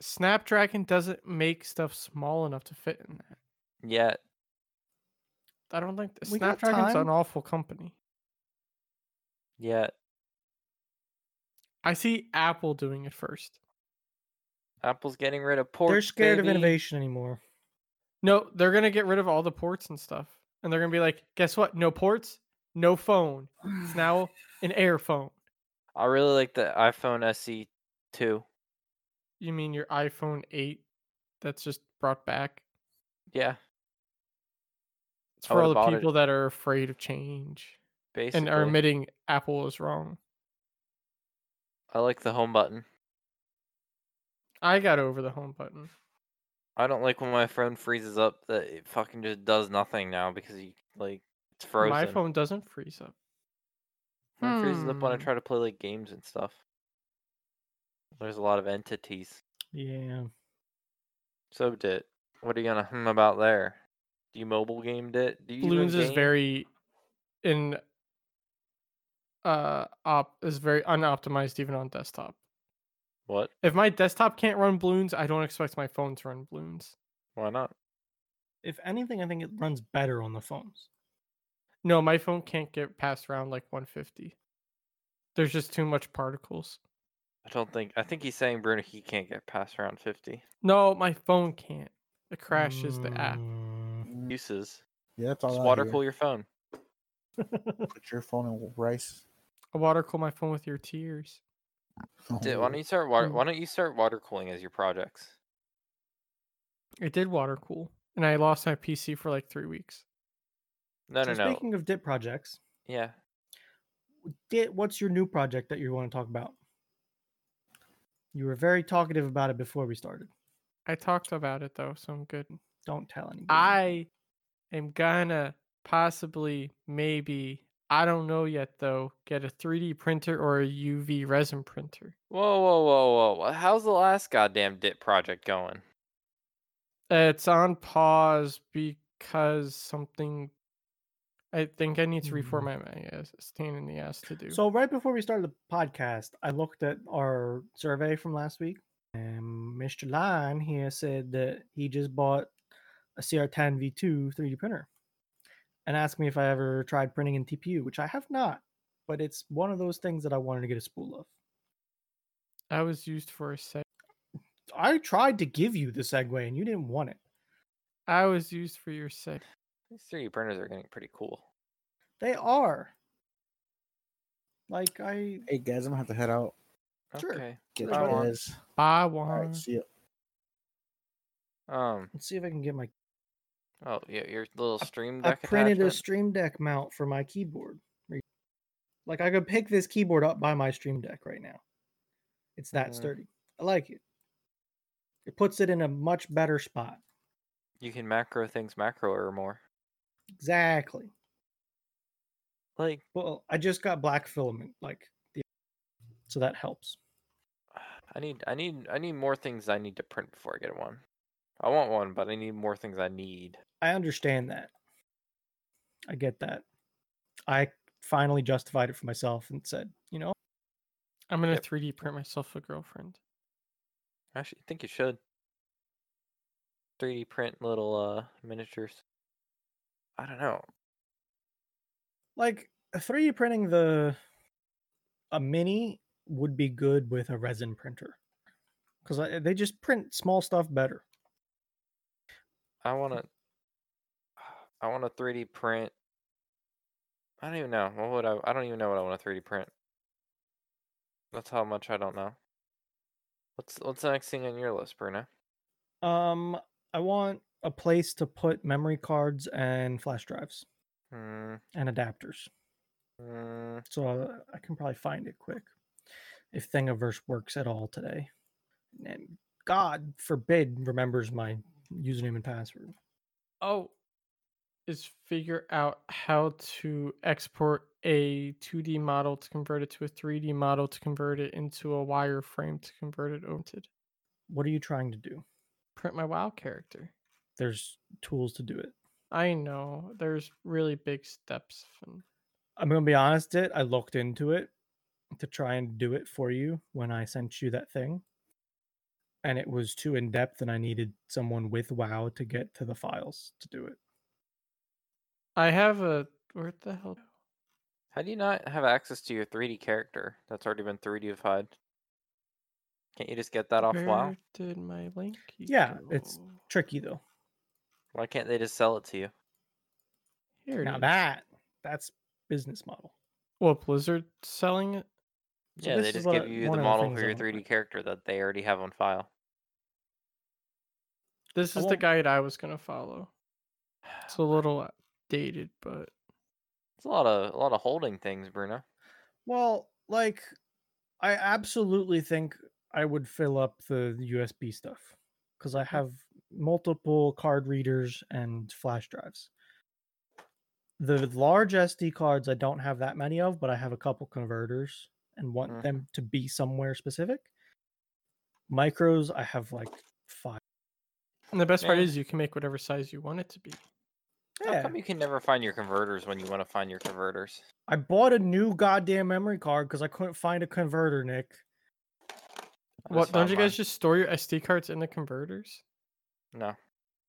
C: Snapdragon doesn't make stuff small enough to fit in that.
A: Yet.
C: I don't think the
B: We got
C: Snapdragon's
B: time.
C: an awful company.
A: Yet.
C: I see Apple doing it first.
A: Apple's getting rid of ports.
B: They're scared
A: baby.
B: of
A: (sighs)
B: innovation anymore.
C: No, they're gonna get rid of all the ports and stuff, and they're gonna be like, guess what? No ports, no phone. It's now an Air phone.
A: I really like the iPhone SE two.
C: You mean your iPhone 8? That's just brought back.
A: Yeah,
C: It's
A: I
C: for all
A: would've
C: the
A: bought it.
C: people that are afraid of change
A: basically.
C: and are admitting Apple is wrong.
A: I like the home button.
C: I got over the home button.
A: I don't like when my phone freezes up that it fucking just does nothing now because you like it's frozen.
C: My phone doesn't freeze up.
A: Mine freezes up when I
C: Hmm.
A: try to play like games and stuff. There's a lot of entities.
B: Yeah.
A: So dit. What are you gonna hum about there? Do you mobile game dit? Do you even
C: Balloons is
A: game?
C: very in uh op is very unoptimized even on desktop.
A: what?
C: If my desktop can't run balloons, I don't expect my phone to run balloons.
A: Why not?
B: If anything, I think it runs better on the phones.
C: No, my phone can't get past around like 150. There's just too much particles.
A: I don't think. I think he's saying Bruno he can't get past round fifty
C: No, my phone can't. It crashes the app.
B: Mm.
D: Mm,
A: uses.
D: Yeah, that's all.
A: Just
D: I
A: water
D: hear.
A: cool your phone.
D: Put your phone in rice.
C: I water cool my phone with your tears.
A: Dude, why don't you start water? Why don't you start water cooling as your projects?
C: It did water cool, and I lost my PC for like three weeks.
A: No, no,
B: So
A: no.
B: Speaking of dip projects,
A: Yeah,
B: Dit, what's your new project that you want to talk about? You were very talkative about it before we started.
C: I talked about it though, so I'm good.
B: Don't tell anybody.
C: I am gonna possibly, maybe, I don't know yet though, get a 3D printer or a UV resin printer.
A: Whoa, whoa, whoa, whoa! wh- How's the last goddamn dip project going?
C: It's on pause because something. I think I need to
B: Hmm.
D: Mm.
C: reformat my ass, it's a pain in the ass to do.
B: So right before we started the podcast, I looked at our survey from last week, and Mr. Line here said that he just bought a CR10 V2 3D printer, and asked me if I ever tried printing in TPU, which I have not, but it's one of those things that I wanted to get a spool of.
C: I was used for a seg.
B: I tried to give you the segue, and you didn't want it.
C: I was used for your seg.
A: These 3D printers are getting pretty cool.
B: They are. Like I
D: (laughs) Hey guys, I'm gonna have to head out.
B: Sure.
A: Okay.
D: Get
B: Sure,
D: you
A: buddy.
D: guys.
C: Buy
D: All right,
C: one.
D: see ya.
A: Um.
B: let's see if I can get my
A: Oh yeah, your little stream
B: I
A: deck.
B: printed a
A: attachment?
B: Stream Deck mount for my keyboard. Re- Like I could pick this keyboard up by my Stream Deck right now. It's that
A: Yeah.
B: sturdy. I like it. It puts it in a much better spot.
A: You can macro things macro or more.
B: Exactly.
A: Like (sighs)
B: Well, I just got black filament, like the so that helps.
A: I need I need I need more things I need to print before I get one. I want one, but I need more things I need.
B: I understand that. I get that. I finally justified it for myself and said, you know,
C: I'm gonna
A: Yep.
C: 3D print myself a girlfriend.
A: Actually, I think you should. 3D print little uh miniatures. I don't know.
B: like 3D printing the a mini would be good with a resin printer because they just print small stuff better.
A: I want to. (sighs) I want to 3D print. I don't even know what would I. I don't even know what I want to 3D print. That's how much I don't know. What's what's the next thing on your list, Bruno?
B: Um, I want a place to put memory cards and flash drives
A: Mm,
B: and adapters,
A: mm,
B: so uh, I can probably find it quick if Thingiverse works at all today. And God forbid remembers my username and password.
C: Oh, is figure out how to export a 2D model to convert it to a 3D model to convert it into a wireframe to convert it over to
B: What are you trying to do?
C: print my WoW character.
B: There's tools to do it.
C: I know there's really big steps. And
B: I'm gonna be honest. It I looked into it to try and do it for you when I sent you that thing, and it was too in depth, and I needed someone with WoW to get to the files to do it.
C: I have a where the hell?
A: how do you not have access to your 3D character that's already been 3Dified? Can't you just get that off
C: where
A: WoW?
C: did my link?
B: Yeah, it's
C: go?
B: Tricky though.
A: Why can't they just sell it to you?
C: here. it
B: now
C: is.
B: that that's business model.
C: well, Blizzard selling it.
B: So
A: yeah,
B: this
A: they
B: is
A: just
B: what-
A: give you
B: one
A: the
B: of
A: model
B: things
A: for
B: I
A: your
B: wanna
A: 3D
B: print.
A: character that they already have on file.
C: This
B: I
C: is the
B: won't-
C: guide I was gonna follow.
B: (sighs)
C: It's a little dated, but
A: It's a lot of a lot of holding things, Bruno.
B: Well, like I absolutely think I would fill up the USB stuff because I
A: Hmm.
B: have multiple card readers and flash drives. The large SD cards I don't have that many of, but I have a couple converters and want
A: Mhm.
B: them to be somewhere specific. Micros I have like five.
C: and the best part
A: Yeah.
C: is you can make whatever size you want it to be.
A: How come you can never find your converters when you want to find your converters?
B: I bought a new goddamn memory card because I couldn't find a converter, Nick.
A: I
C: What
A: just
C: don't
A: found
C: you guys
A: mine.
C: just store your SD cards in the converters?
A: No,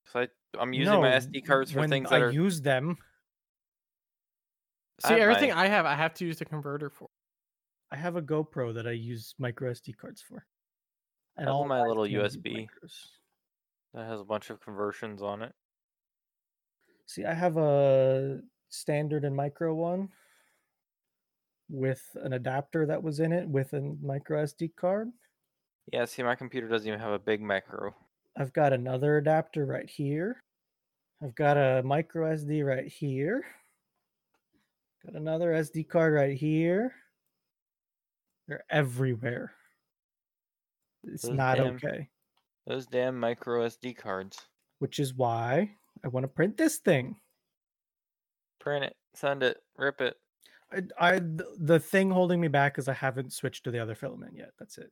A: 'Cause I I'm using my
B: No,
A: SD cards for
B: when
A: things
B: I
A: that are.
B: use them.
A: I
C: See,
A: have
C: everything
A: my-
C: I have, I have to use the converter for.
B: I have a GoPro that I use micro SD cards for.
A: I have my
B: mine's
A: little
B: gonna be
A: USB.
B: micros.
A: that has a bunch of conversions on it.
B: See, I have a standard and micro one with an adapter that was in it with a micro SD card.
A: Yeah, see, my computer doesn't even have a big micro.
B: I've got another adapter right here. I've got a micro SD right here. Got another SD card right here. They're everywhere. It's
A: Those
B: not
A: damn-
B: okay,
A: Those damn micro SD cards.
B: which is why I want to print this thing.
A: Print it, send it, rip it.
B: I, I th- the thing holding me back is I haven't switched to the other filament yet. That's it.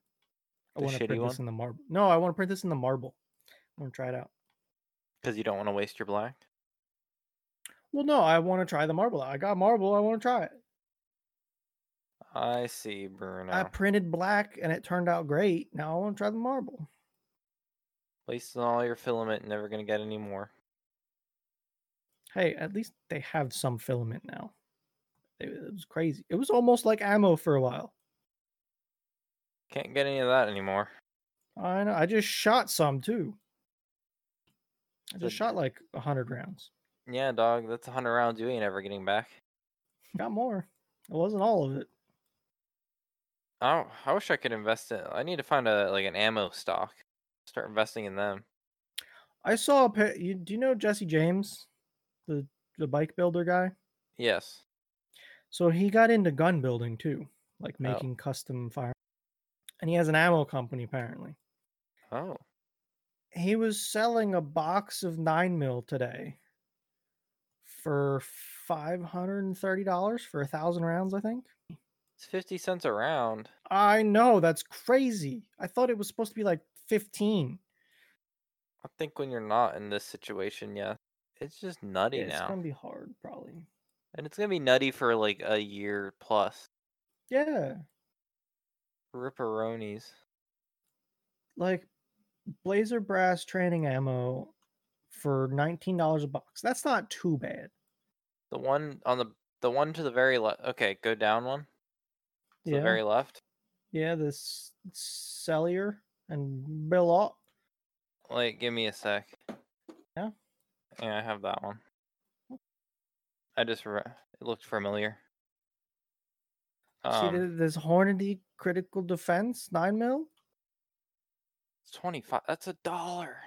B: I
A: The
B: want to
A: shitty
B: print
A: one?
B: this in the marble. No, I want to print this in the marble. I want to try it out.
A: Because you don't want to waste your black.
B: Well, no, I want to try the marble. out. I got marble. I want to try it.
A: I see, Bruno.
B: I printed black and it turned out great. Now I want to try the marble.
A: Wasting all your filament, never gonna get any more.
B: Hey, at least they have some filament now. It, it was crazy. It was almost like ammo for a while.
A: Can't get any of that anymore.
B: I know. I just shot some too. I
A: Did-
B: just shot like a hundred rounds.
A: Yeah, dog, that's a hundred rounds you ain't ever getting back.
B: Got more. It wasn't all of it.
A: I don't, I wish I could invest in. I need to find a like an ammo stock. Start investing in them.
B: I saw a pa- you do you know Jesse James, the the bike builder guy?
A: Yes.
B: So he got into gun building too, like
A: Oh.
B: making custom fire. And he has an ammo company apparently.
A: Oh.
B: He was selling a box of 9 mil today for $530 for a 1000 rounds, I think.
A: It's fifty cents a round.
B: I know, that's crazy. I thought it was supposed to be like 15.
A: I think when you're not in this situation, yeah, it's just nutty
B: Yeah, it's
A: now,
B: going to be hard probably.
A: and it's gonna be nutty for like a year plus.
B: Yeah.
A: Ripperonis.
B: like blazer brass training ammo for $19 a box. That's not too bad.
A: The one on the the one to the very left. Okay, go down one. To The very left.
B: yeah, this Cellier and Billot.
A: Like, give me a sec.
B: Yeah?
A: Yeah, I have that one. I just re- it looked familiar.
B: See
A: Um,
B: th- this Hornady critical defense 9 mil?
A: it's twenty five. That's a dollar.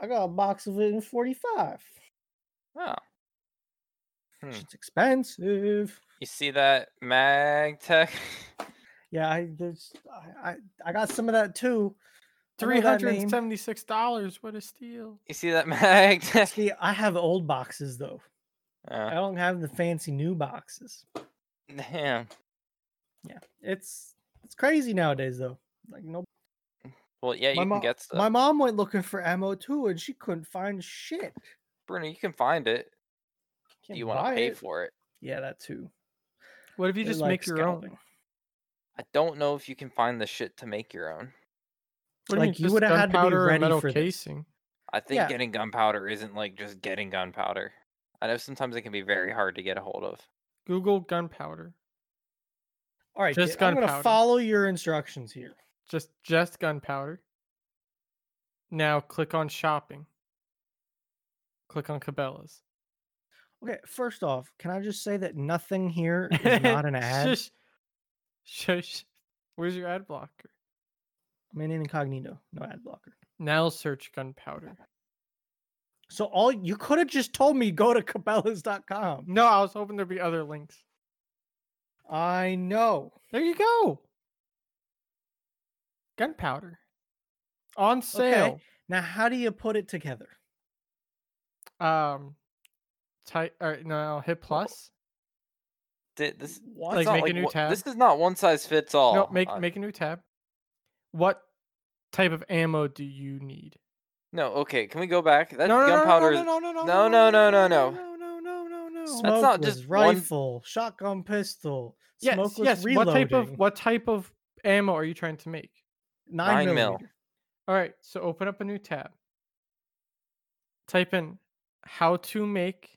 B: I got a box of it in 45.
A: Oh, Hmm.
B: It's expensive.
A: you see that mag tech? (laughs)
B: Yeah, I there's I, I I got some of that too. I
C: Three
B: know that
C: hundred
B: name.
C: and seventy-six dollars. What a steal!
A: You see that (laughs) mag tech?
B: See, I have old boxes though.
A: Oh,
B: I don't have the fancy new boxes.
A: damn.
B: Yeah, it's it's crazy nowadays though. Like no
A: Well, yeah, you
B: My
A: can
B: mo-
A: get stuff.
B: My mom went looking for ammo too, and she couldn't find shit.
A: Bruno, you can find it.
B: Can't
A: you want
B: buy
A: to pay
B: it.
A: for it?
B: Yeah, that too.
C: What if you
B: They
C: just
B: like
C: make your own?
B: scalping.
A: I don't know if you can find the shit to make your own.
C: What do
B: Like,
C: mean,
B: you
C: just
B: would've had to be
C: gunpowder and
B: ready
C: metal
B: for this.
C: casing.
A: I think
B: Yeah.
A: getting gunpowder isn't like just getting gunpowder. I know sometimes it can be very hard to get a hold of.
C: Google gunpowder.
B: All right,
C: Just
B: Jay, I'm gonna
C: gunpowder.
B: follow your instructions here.
C: Just just gunpowder. Now click on shopping. Click on Cabela's.
B: Okay, first off, can I just say that nothing here (laughs) is not
C: (laughs)
B: an ad?
C: Shush. Shush. Where's your ad blocker?
B: I'm in incognito, no ad blocker.
C: Now search gunpowder.
B: So all you could have just told me go to Cabela's.com.
C: No, I was hoping there'd be other links.
B: I know.
C: There you go. Gunpowder. On sale.
B: Now, how do you put it together?
C: Um type or no, hit plus.
A: Th- This,
B: What?
A: it's
C: Like,
A: not
C: make a new
A: one-
C: tab?
A: This is not one size fits all.
C: no, make
A: Uh,
C: make a new tab. What type of ammo do you need?
A: no. Okay, can we go back? That
C: no, no, no,
A: gunpowder is.
C: no, no, no,
A: no, no, no, no,
C: no, no, no, no, no.
B: Smokeless
C: no.
A: not just one-
B: rifle, shotgun pistol,
C: Yes,
B: smokeless
C: yes.
B: reloading.
C: What type of what type of ammo are you trying to make?
A: Nine
B: nine,
A: mil.
B: millimeter.
C: All right, so open up a new tab. Type in how to make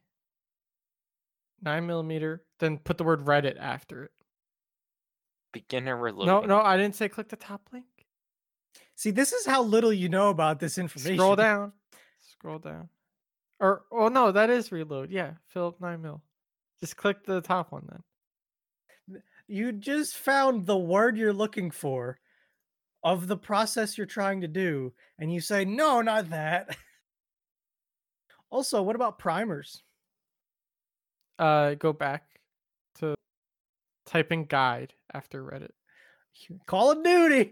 C: nine millimeter, then put the word Reddit after it.
A: Beginner reloading.
C: No, no, I didn't say click the top link.
B: See, this is how little you know about this information.
C: Scroll down. Scroll down. Or oh no, that is reload. Yeah, fill up nine mil. Just click the top one then.
B: You just found the word you're looking for of the process you're trying to do, and you say, no, not that. also, what about primers?
C: Uh go back to type in guide after Reddit.
B: Call of Duty.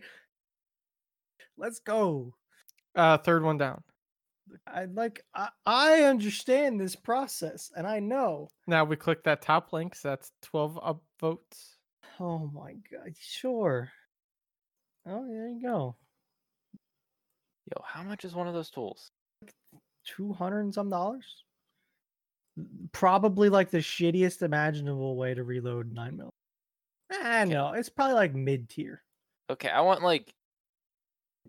B: Let's go.
C: Uh third one down.
B: I like I, I understand this process and I know.
C: Now we click that top link, so that's twelve upvotes.
B: Oh my god, sure. Oh, there you go.
A: Yo, how much is one of those tools?
B: two hundred and some dollars. Probably like the shittiest imaginable way to reload nine mil. I know it's probably like mid tier.
A: Okay, I want like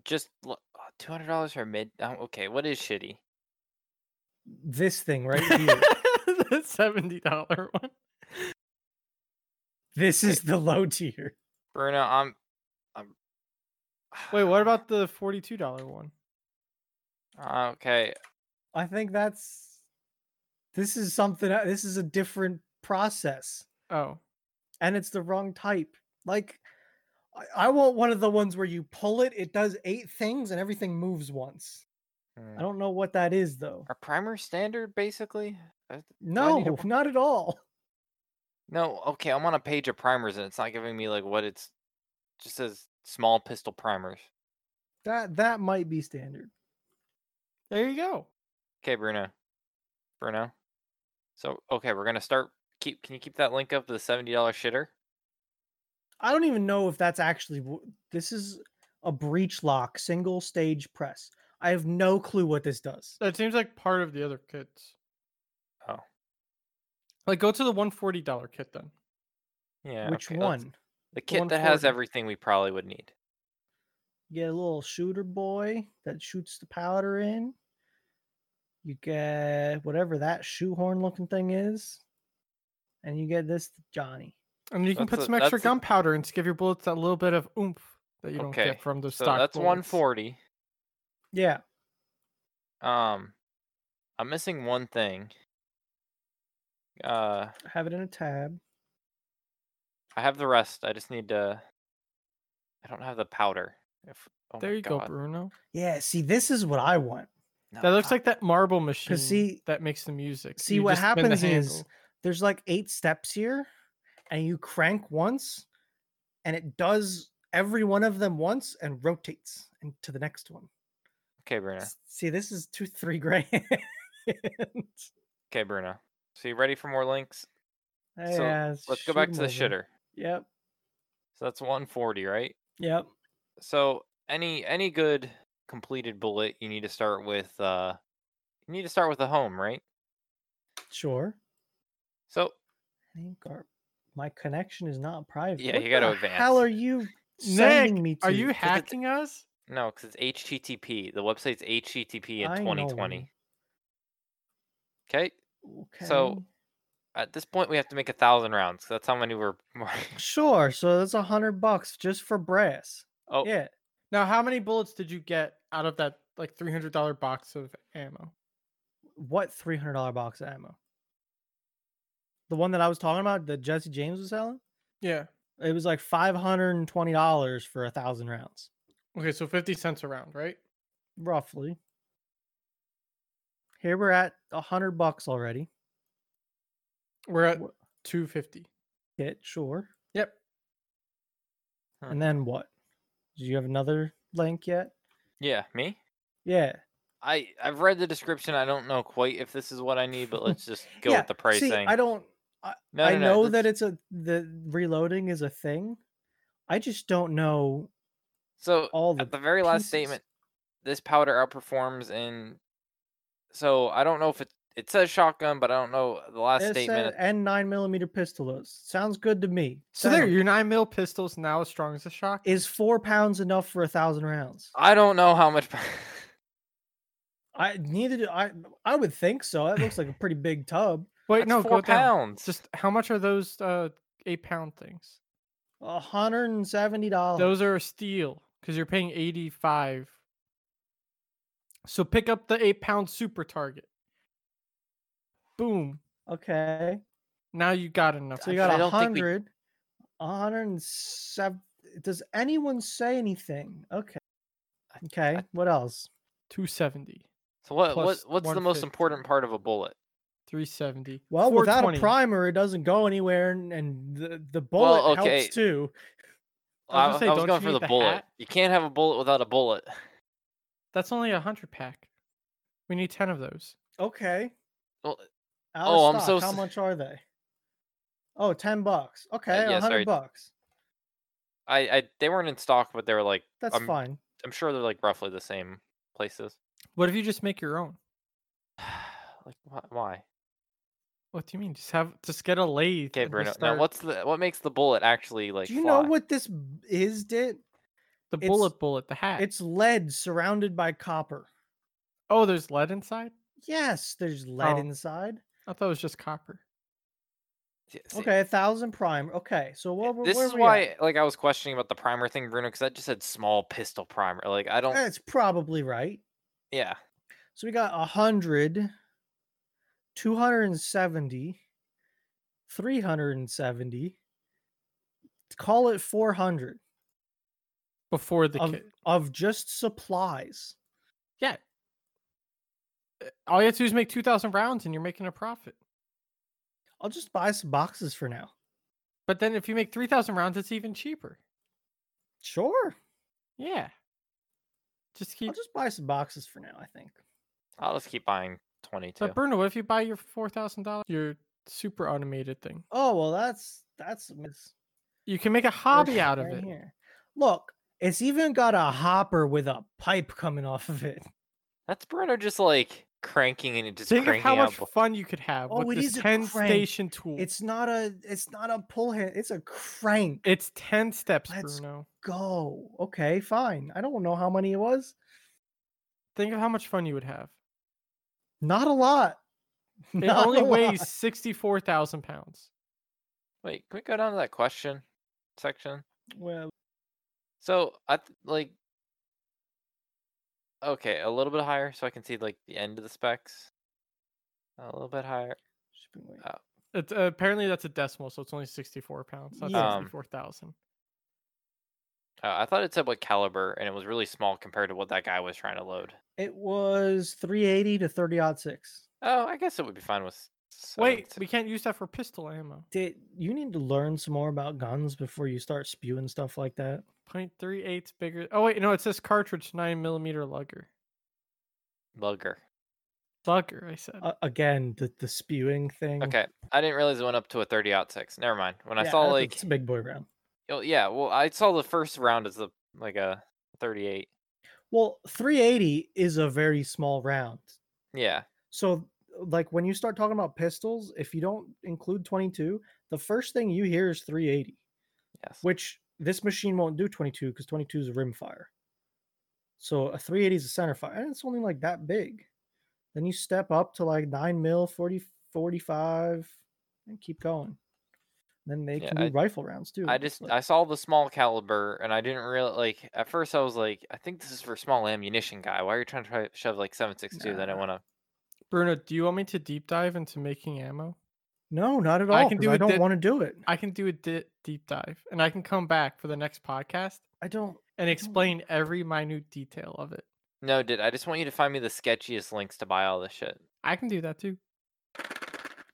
A: just uh, two hundred dollars for a mid. oh, Okay, what is shitty?
B: This
A: (laughs)
B: thing
C: (laughs)
B: right here.
C: the seventy dollar one.
B: this is the low tier.
A: Bruno, I'm. I'm (sighs)
C: Wait, what about the forty two dollar one?
A: uh, Okay,
B: I think that's This is something. e- This is a different process,
C: Oh,
B: and it's the wrong type. Like, I, I want one of the ones where you pull it, it does eight things, and everything moves once.
A: Hmm.
B: I don't know what that is though.
A: Are primers standard basically? Uh, do I
B: No,
A: need to-
B: not at all.
A: No, okay, I'm on a page of primers and it's not giving me like what it's just says small pistol primers.
B: That that might be standard.
C: there you go.
A: Okay, Bruno. Bruno. So okay, we're gonna start keep can you keep that link up to the seventy dollar shitter?
B: I don't even know if that's actually wh- this is a breech lock single stage press. I have no clue what this does.
C: That seems like part of the other kits.
A: Oh.
C: Like go to the one forty dollar kit then.
A: Yeah.
B: Which
A: okay, let's-
B: one?
A: The kit that has
C: 140.
A: everything we probably would need.
B: You get a little shooter boy that shoots the powder in. You get whatever that shoehorn looking thing is. And you get this Johnny.
C: And you can
A: That's
C: put
A: a-
C: some extra
A: that's a-
C: gunpowder and to give your bullets that little bit of oomph that you don't
A: Okay,
C: get from the
A: So
C: stock.
A: that's one
C: bullets.
A: forty.
B: Yeah.
A: Um I'm missing one thing. Uh
B: I have it in a tab.
A: I have the rest. I just need to I don't have the powder. If oh my
C: There you go,
A: God,
C: Bruno.
B: Yeah, see, this is what I want.
A: no, ah,
C: That looks
A: fuck.
C: like that marble machine
B: see-
C: that makes the music.
B: see
C: You
B: what
C: just spin the
B: happens is-
C: handle.
B: there's like eight steps here and you crank once and it does every one of them once and rotates into the next one
A: Okay, Bruno.
B: S- see this is two three grand (laughs)
A: Okay, Bruno. So you ready for more links? So,
B: Yeah,
A: Let's go
B: shoot
A: back
B: 'em
A: to the
B: over.
A: shitter.
B: yep
A: So that's 140, right?
B: yep
A: So any any good completed bullet, you need to start with uh you need to start with a home, right?
B: sure
A: So
B: I think our- my connection is not private
A: Yeah,
B: What
A: you gotta
B: the
A: advance.
B: hell are you
C: Nick,
B: sending me to
C: Are you
A: 'cause it's-
C: hacking us?
A: no, because it's HTTP. The website's HTTP in
B: I know.
A: 2020. Okay.
B: okay
A: So- At this point, we have to make a thousand rounds. 'cause That's how many we're. (laughs)
B: sure so that's a hundred bucks just for brass
A: oh,
B: yeah
C: Now, how many bullets did you get out of that like three hundred dollar box of ammo?
B: what three hundred dollar box of ammo? The one that I was talking about that Jesse James was selling.
C: Yeah.
B: It was like five hundred and twenty dollars for a thousand rounds,
C: Okay, so fifty cents a round, right?
B: roughly. Here we're at a hundred bucks already.
C: We're at
B: Wha-
C: two fifty.
B: Hit sure,
C: Yep.
A: Huh.
B: and then what? Do you have another link yet?
A: yeah, me.
B: Yeah,
A: I I've read the description. I don't know quite if this is what I need, but let's just go
B: yeah,
A: with the pricing.
B: See, I don't.
A: no,
B: I
A: no, no,
B: know
A: let's-
B: that it's a the reloading is a thing. I just don't know
A: So
B: all the
A: at the very last
B: pieces.
A: statement, this powder outperforms in. So I don't know if it it says shotgun, but I don't know the last
B: It
A: statement.
B: said, and nine millimeter pistols. Sounds good to me.
C: So there,
B: Sounds-
C: your nine mil pistol's now as strong as a shock.
B: is four pounds enough for a thousand rounds?
A: I don't know how much. (laughs)
B: I neither do I. I would think so. That looks like a pretty big tub.
C: Wait,
A: That's
C: no,
A: four
C: go down.
A: pounds.
C: Just how much are those uh eight pound things?
B: A hundred and seventy dollars.
C: Those are a steal because you're paying eighty five. So pick up the eight pound super target. Boom.
B: okay.
C: Now you got enough.
B: So you
A: I
B: got a
A: don't think we-
B: hundred, a hundred and seven. Does anyone say anything? Okay. Okay. What else?
C: two seventy.
A: so what what
C: plus
A: what's the most
C: 150.
A: important part of a bullet?
C: 370.
B: Well, without a
C: 420.
B: primer, it doesn't go anywhere, and, and the the bullet
A: okay.
B: helps too.
A: I,
C: I was gonna
A: I
C: say,
A: was
C: don't
A: going
C: you
A: for
C: need
A: the,
C: the
A: bullet.
C: hat?
A: You can't have a bullet without a bullet.
C: That's only a hundred pack. We need ten of those.
B: Okay.
A: Well,
B: Out
A: Oh,
B: of
A: I'm
B: stock.
A: so
B: How
A: s-
B: much are they? Oh, 10 bucks. Okay, a
A: Uh, yeah,
B: 100
A: sorry.
B: bucks.
A: I, I they weren't in stock, but they were like
B: That's
A: I'm-
B: fine.
A: I'm sure they're like roughly the same places. (sighs)
C: What if you just make your own?
A: like wh- why?
C: What do you mean? Just have just get a lathe.
A: Okay,
C: and
A: Bruno.
C: just
A: Now
C: start-
A: what's the what makes the bullet actually like?
B: Do you
A: fly?
B: know what this b- is, Dit?
C: the
B: it's-
C: bullet bullet, the hat.
B: It's lead surrounded by copper.
C: oh, there's lead inside?
B: Yes, there's lead
C: Oh.
B: inside.
C: I thought it was just copper.
A: See- see,
B: Okay, a thousand prime. Okay, so what?
A: this
B: where
A: is
B: we
A: why
B: at?
A: like i was questioning about the primer thing bruno because that just said small pistol primer like i
B: Eh.
A: don't
B: That's probably right.
A: yeah
B: So we got a hundred 270, 370, call it 400
C: before the
B: of,
C: kid.
B: of just supplies.
C: Yeah. Uh, All you have to do is make 2,000 rounds and you're making a profit.
B: I'll just buy some boxes for now.
C: But then if you make 3,000 rounds, it's even cheaper.
B: Sure.
C: Yeah. Just keep.
B: I'll just buy some boxes for now, I think.
A: I'll just keep buying 22.
C: But Bruno, what if you buy your $4,000, your super automated thing?
B: Oh, well, that's that's a miss.
C: You can make a hobby out of it.
B: Here. Look, it's even got a hopper with a pipe coming off of it.
A: That's Bruno just like cranking and just
C: Think of
A: cranking
C: how
A: out
C: much
A: bl-
C: fun you could have
B: Oh,
C: with
B: it
C: this
B: is a
C: 10
B: crank.
C: station tool.
B: It's not a it's not a pull hand, it's a crank.
C: it's 10 steps,
B: Let's
C: Bruno.
B: Go. Okay, fine. I don't know how many it was.
C: Think of how much fun you would
B: (laughs)
C: have.
B: Not a lot. (laughs)
C: It
B: Not
C: only
B: a
C: weighs
B: lot.
C: 64,000 pounds.
A: Wait, can we go down to that question section?
B: Well,
A: So I th- like okay, a little bit higher so I can see like the end of the specs. A little bit higher.
B: shipping weight.
C: It's, uh, apparently, that's a decimal, so it's only 64 pounds, not
B: Yeah.
A: Um,
C: 64,000.
A: Uh, I thought it said what caliber, and it was really small compared to what that guy was trying to load.
B: It was 380 to 30 odd six.
A: Oh, I guess it would be fine with. uh, seven
C: Wait,
A: to-
C: we can't use that for pistol ammo.
B: Did you need to learn some more about guns before you start spewing stuff like that?
C: 0.38 bigger. Oh, wait, no, it says cartridge 9mm lugger.
A: Lugger.
C: Lugger, I said.
B: Uh, again, the, the spewing thing.
A: Okay, I didn't realize it went up to a thirty out six. Never mind. When I
B: Mm-hmm. Yeah,
A: saw
B: that's a-
A: like,
B: it's a big boy round.
A: oh, yeah, well, I saw the first round as the like a thirty eight.
B: Well, 380 is a very small round.
A: Yeah,
B: So, like when you start talking about pistols, if you don't include 22, the first thing you hear is 380,
A: yes.
B: which this machine won't do 22 because 22 is a rimfire. So a 380 is a center fire, and it's only like that big. Then you step up to like 9 mil, 40, 45, and keep going. Then they
A: Yeah,
B: can do
A: I-
B: rifle rounds too.
A: I
B: It's
A: just
B: like-
A: I saw the small caliber, and I didn't really like. At first, I was like, I think this is for small ammunition guy. Why are you trying to try to shove like seven six two? Then I
B: Nah.
A: want to.
C: Bruno, do you want me to deep dive into making ammo?
B: no, not at all.
C: I
B: I,
C: can do
B: I
C: it
B: don't
C: di-
B: want to do it.
C: I can do a di- deep dive and I can come back for the next podcast
B: I don't.
C: and explain every minute detail of it.
A: No, did I just want you to find me the sketchiest links to buy all this shit?
C: I can do that too.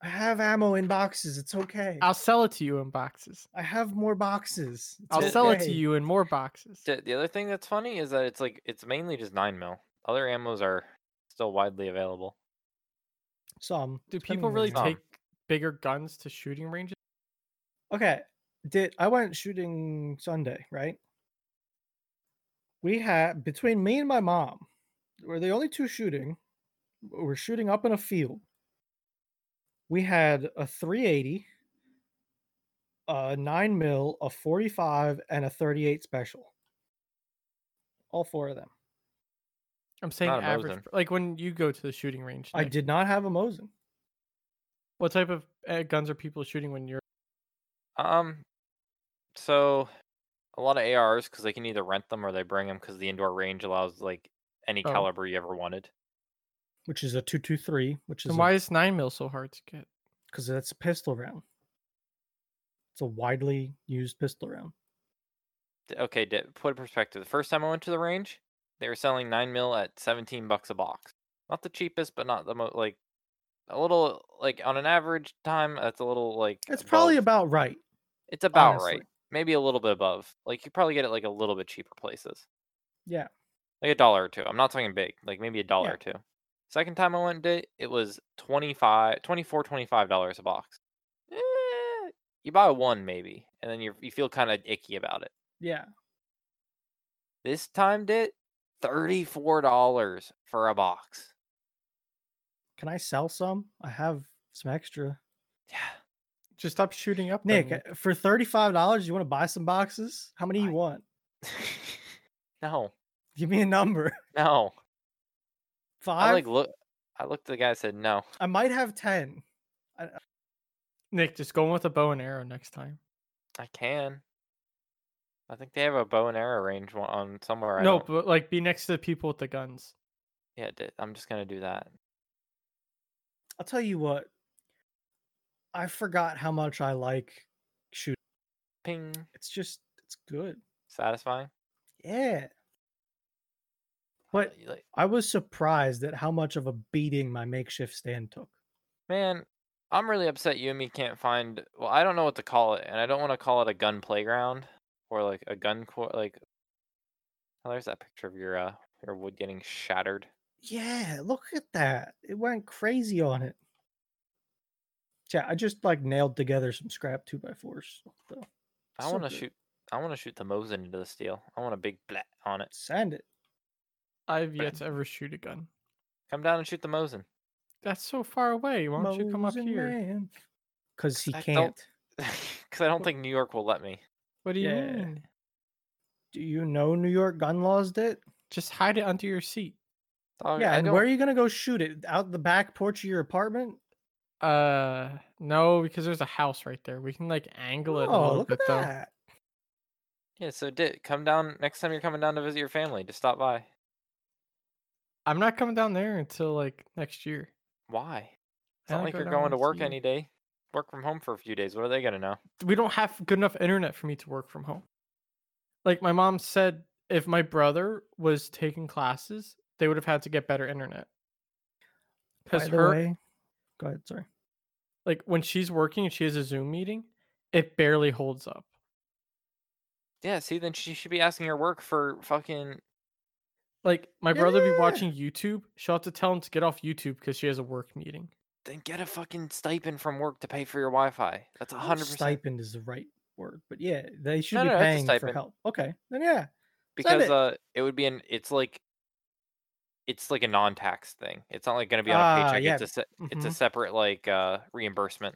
B: I have ammo in boxes. It's okay.
C: I'll sell it to you in boxes.
B: I have more boxes. It's
C: I'll sell it to
B: okay.
C: you in more boxes.
A: The the other thing that's funny is that it's like it's mainly just nine mil. Other ammos are still widely available.
B: Some.
C: Do
B: depending
C: people
B: on
C: really
B: the gun.
A: Some.
C: take bigger guns to shooting ranges?
B: Okay. Did I went shooting Sunday, right? We had between me and my mom, we're the only two shooting. We're shooting up in a field. We had a 380, a 9 mil, a 45, and a 38 special. All four of them.
C: I'm saying
A: Not a
C: average.
A: Mosin.
C: per- Like when you go to the shooting range.
B: I
C: Nick,
B: did not have a Mosin.
C: What type of uh, guns are people shooting when you're?
A: Um, so a lot of ARs because they can either rent them or they bring them because the indoor range allows like any
C: Oh.
A: caliber you ever wanted.
B: which is a 223, which is
C: Then why is nine mil so hard to get?
B: because that's a pistol round. It's a widely used pistol round.
A: D- Okay, to put in perspective, the first time I went to the range, they were selling nine mil at seventeen bucks a box. Not the cheapest, but not the most like a little like on an average time. That's a little like
B: It's probably
A: above-
B: about right.
A: It's about
B: honestly.
A: right. Maybe a little bit above. Like you probably get it like a little bit cheaper places.
B: Yeah.
A: Like a dollar or two. I'm not talking big. Like maybe a dollar
B: Yeah.
A: or two. Second time I went and did it, it was 25 24 25 dollars a box. Eh, you buy one maybe and then you you feel kind of icky about it.
B: Yeah.
A: This time did $34 for a box.
B: Can I sell some? I have some extra.
A: Yeah.
C: Just stop shooting up, then,
B: Nick, uh, for $35, you want to buy some boxes? How many you
A: I-
B: want?
A: no.
B: Give me a number. (laughs)
A: No.
B: Five?
A: I
B: I,
A: like look I looked at the guy and said no.
B: might have 10.
C: Nick, just go in with a bow and arrow next time.
A: I can. I think they have a bow and arrow range one on somewhere. I
C: no,
A: don't-
C: but like be next to the people with the guns.
A: yeah, d- I'm just gonna do that.
B: I'll tell you what. I forgot how much I like shoot.
A: Ping.
B: It's just it's good.
A: Satisfying.
B: Yeah. But
A: You like-
B: I was surprised at how much of a beating my makeshift stand took.
A: Man, I'm really upset you and me can't find. Well, I don't know what to call it, and I don't want to call it a gun playground or like a gun court. Like, oh, there's that picture of your uh, your wood getting shattered.
B: Yeah, look at that. It went crazy on it. Yeah, I just like nailed together some scrap two by fours. Though.
A: I
B: So
A: want to
B: good.
A: shoot. I want to shoot the Mosin into the steel. I want a big blat on it.
B: Sand it.
C: I've yet
A: Right.
C: to ever shoot a gun.
A: Come down and shoot the Mosin. (laughs)
C: That's so far away. Why don't you come up here?
B: Because he
A: I don't-
B: can't.
A: Because I don't think New York will let me.
C: What do you
B: Yeah.
C: mean?
B: Do you know New York gun laws did?
C: Just hide it under your seat.
A: Dog,
B: yeah,
A: I
B: and
A: don't-
B: where are you gonna go shoot it? Out the back porch of your apartment?
C: Uh, no, because there's a house right there. We can like angle it a
B: oh,
C: little
B: look
C: bit
B: at
C: though.
B: that.
A: Yeah, so Dit, come down next time you're coming down to visit your family. Just stop by.
C: I'm not coming down there until like next year.
A: Why? It's
C: I
A: not
C: don't
A: like
C: go
A: you're
C: down
A: going to
C: once a
A: work
C: year.
A: any day. Work from home for a few days. What are they gonna know?
C: We don't have good enough internet for me to work from home. Like my mom said, if my brother was taking classes, they would have had to get better internet. Because
B: By the
C: her,
B: way, go ahead. Sorry.
C: like when she's working and she has a Zoom meeting, it barely holds up.
A: Yeah, see, then she should be asking her work for fucking.
C: Like my brother be
B: Yeah.
C: watching YouTube, she'll have to tell him to get off YouTube because she has a work meeting.
A: Then get a fucking stipend from work to pay for your Wi-Fi. That's a
B: I don't know if
A: hundred percent.
B: Stipend is the right word, but yeah, they should
A: No,
B: be
A: no, it's a
B: paying for
A: stipend.
B: help. Okay, then yeah,
A: Because
B: it.
A: uh, it would be an. It's like. It's like a non-tax thing. It's not like gonna be on a
B: Ah,
A: paycheck.
B: yeah.
A: It's a se- it's
B: Mm-hmm,
A: a
C: Mhm.
A: separate like uh reimbursement.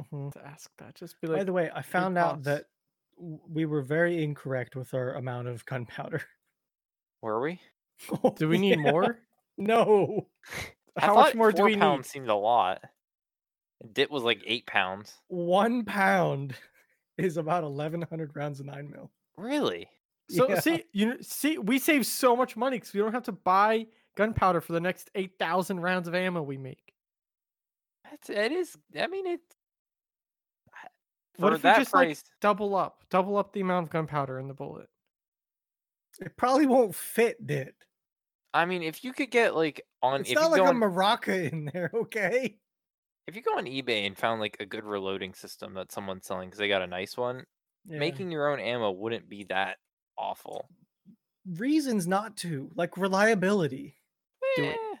B: Mhm.
C: To ask that, just be
B: By
C: like,
B: the way, I found out
C: boss.
B: that w- we were very incorrect with our amount of gunpowder. (laughs)
A: Were we?
C: do
A: (laughs)
C: we need
B: Yeah,
C: more?
B: No.
A: I
C: How much
A: thought
C: more do
A: four
C: we need?
A: pounds Seemed a lot. Dit was like eight pounds.
B: One pound (laughs) is about 1,100 rounds of nine mil.
A: Really?
C: So
B: Yeah.
C: see, you kn- see, we save so much money because we don't have to buy gunpowder for the next eight thousand rounds of ammo we make.
A: That's it is. I mean it. I-
C: What
A: For
C: if we
A: that
C: just, like,
A: price,
C: Double up, double up the amount of gunpowder in the bullet.
B: It probably won't fit, did
A: I mean, if you could get like on
B: It's
A: if
B: not
A: you
B: like
A: go
B: a
A: on,
B: maraca in there, (laughs) okay?
A: if you go on eBay and found like a good reloading system that someone's selling because they got a nice one,
B: Yeah.
A: making your own ammo wouldn't be that awful.
B: reasons not to, like reliability.
C: Do it.
A: Eh,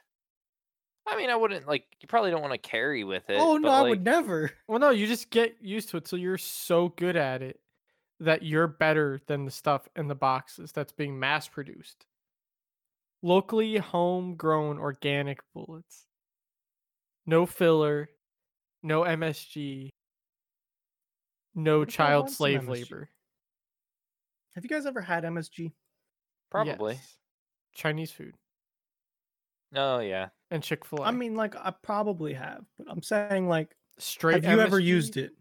A: I mean, I wouldn't like. You probably don't want to carry with it.
B: oh
A: but,
B: no, I
A: like,
B: would never.
C: Well, no, you just get used to it till you're so good at it that you're better than the stuff in the boxes that's being mass produced. Locally homegrown organic bullets. No filler, no MSG, no
B: What if I
C: child
B: want some
C: slave
B: MSG?
C: labor.
B: Have you guys ever had MSG?
A: Probably.
C: Yes. Chinese food
A: Oh yeah.
C: and Chick fil A.
B: I mean, like I probably have, but I'm saying like,
C: straight.
B: have you ever used it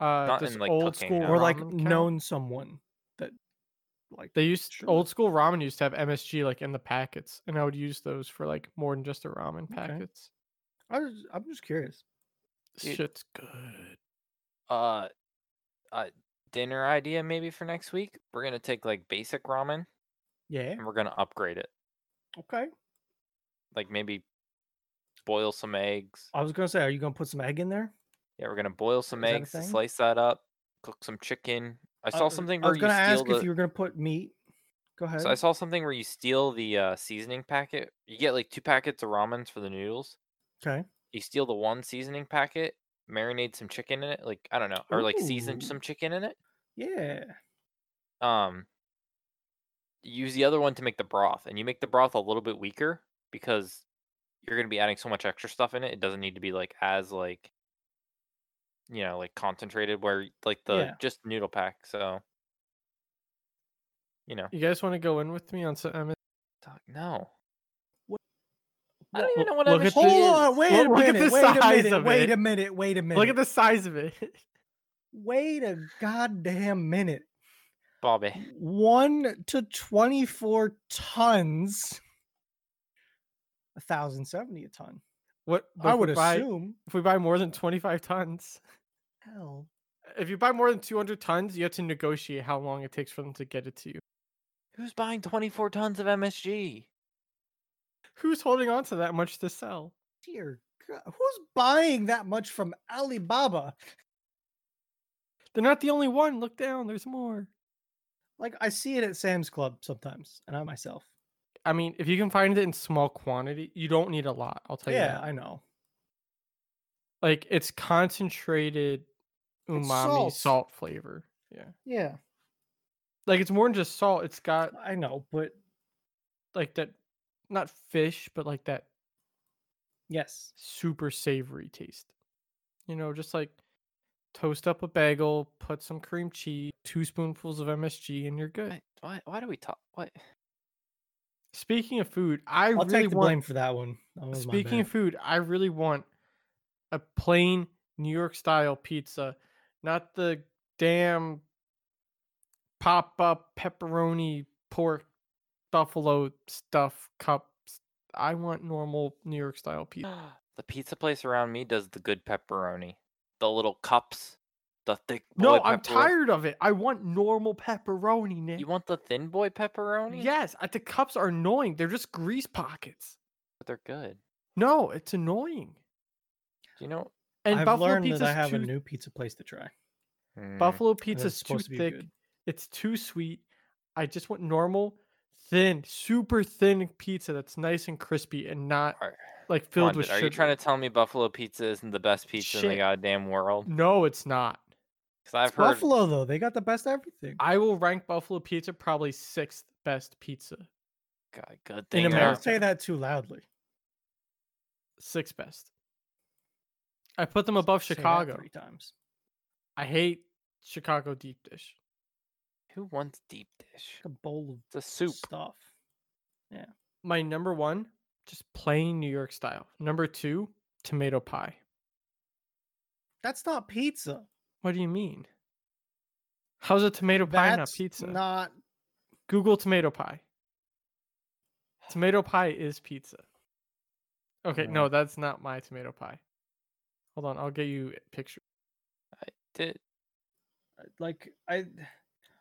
C: Uh,
A: Not
C: this
A: in, like,
C: old
A: cooking,
C: school
A: no.
B: or like
C: ramen count?
B: known someone that like
C: They used
B: Sure.
C: old school ramen used to have MSG like in the packets, and I would use those for like more than just the ramen
B: Okay.
C: packets.
B: I was, I'm just curious.
A: Dude.
C: Shit's good.
A: Uh, uh, dinner idea maybe for next week. We're gonna take like basic ramen
B: Yeah.
A: and we're gonna upgrade it.
B: Okay.
A: Like maybe boil some eggs.
B: I was gonna say, are you gonna put some egg in there?
A: Yeah, we're gonna boil some
B: Is that a
A: eggs, and
B: thing?
A: slice that up, cook some chicken. I saw
B: Uh,
A: something
B: I
A: where
B: was gonna
A: you
B: ask
A: steal
B: if
A: the.
B: you were gonna put meat. Go ahead.
A: so I saw something where you steal the uh, seasoning packet. You get like two packets of ramens for the noodles.
B: okay.
A: You steal the one seasoning packet, marinate some chicken in it. Like I don't know, or like season some
B: Ooh.
A: chicken in it.
B: Yeah.
A: Um, use the other one to make the broth, and you make the broth a little bit weaker because you're gonna be adding so much extra stuff in it. It doesn't need to be like as like, you know, like concentrated where like the
B: Yeah.
A: just noodle pack. So, you know,
C: You guys want to go in with me on some MSG?
A: Dog, no.
B: What-
A: I don't
C: what-
A: even know what
C: look
A: MSG
C: at
B: Hold
A: is.
B: on. Wait
C: Look-
B: a
C: look at
B: minute.
C: the
B: wait
C: size
B: a minute.
C: of
B: Wait
C: it.
B: a minute. Wait a minute.
C: Look at the size of it. (laughs)
B: Wait a goddamn minute.
A: Bobby.
B: One to twenty-four tons. A thousand seventy a ton.
C: What but
B: I
C: if we
B: would
C: buy,
B: assume.
C: if we buy more than twenty five tons,
B: Hell.
C: if you buy more than two hundred tons, you have to negotiate how long it takes for them to get it to you.
A: Who's buying 24 tons of MSG?
C: Who's holding on to that much to sell?
B: Dear God. Who's buying that much from Alibaba?
C: They're not the only one. Look down. There's more.
B: Like I see it at Sam's Club sometimes, and I myself.
C: I mean, if you can find it in small quantity, you don't need a lot. I'll tell you.
B: yeah,
C: that.
B: I know.
C: like it's concentrated
B: It's
C: umami
B: salt.
C: salt. flavor. Yeah,
B: Yeah,
C: like it's more than just salt. It's got
B: I know, but
C: like that, not fish, but like that
B: yes,
C: super savory taste. You know, just like toast up a bagel, put some cream cheese, two spoonfuls of MSG, and you're good.
A: Why, why, why do we talk? What?
C: Speaking of food, I
B: I'll
C: really
B: take the
C: want.
B: blame for that one. That was Oh my
C: Speaking of
B: bad.
C: food, I really want a plain New York style pizza, not the damn pop up pepperoni pork buffalo stuff cups. I want normal New York style
A: Uh,
C: pizza.
A: (gasps) The pizza place around me does the good pepperoni, the little cups, the thick.
C: No,
A: boy
C: I'm
A: pepperoni.
C: tired of it. I want normal pepperoni, Nick.
A: You want the thin boy pepperoni?
C: yes, I- the cups are annoying. They're just grease pockets.
A: but they're good.
C: No, it's annoying.
A: Do you know
C: And
B: I've
C: buffalo
B: learned that I
C: pizza
B: have
C: too.
B: a new pizza place to try. and
A: Mm,
C: buffalo
B: it's
C: pizza's too
B: supposed to be
C: thick.
B: good.
C: It's too sweet. I just want normal, thin, super thin pizza that's nice and crispy and not
A: Are-
C: like
A: come on,
C: filled with
A: dude, Are
C: sugar.
A: you trying to tell me buffalo pizza isn't the best pizza in the
C: Shit.
A: goddamn world?
C: No, it's not.
A: Because I've
B: It's
A: heard
B: Buffalo though, they got the best everything.
C: I will rank buffalo pizza probably sixth best pizza.
A: God, good thing.
C: In
A: they're-
B: Don't
C: America.
B: say that too loudly.
C: Sixth best. I put them above
B: Say that
C: Chicago.
B: three times.
C: I hate Chicago deep dish.
A: Who wants deep dish?
B: Like a bowl
A: It's a
B: of
A: soup.
B: stuff.
C: My number one, just plain New York style. Number two, tomato pie.
B: That's not pizza.
C: What do you mean? How's a tomato pie
B: That's
C: not pizza?
B: Not
C: Google tomato pie.
B: (sighs)
C: Tomato pie is pizza. Okay, no,
A: Alright.
C: that's not my tomato pie. Hold on, I'll get you a picture.
A: Did,
B: like I.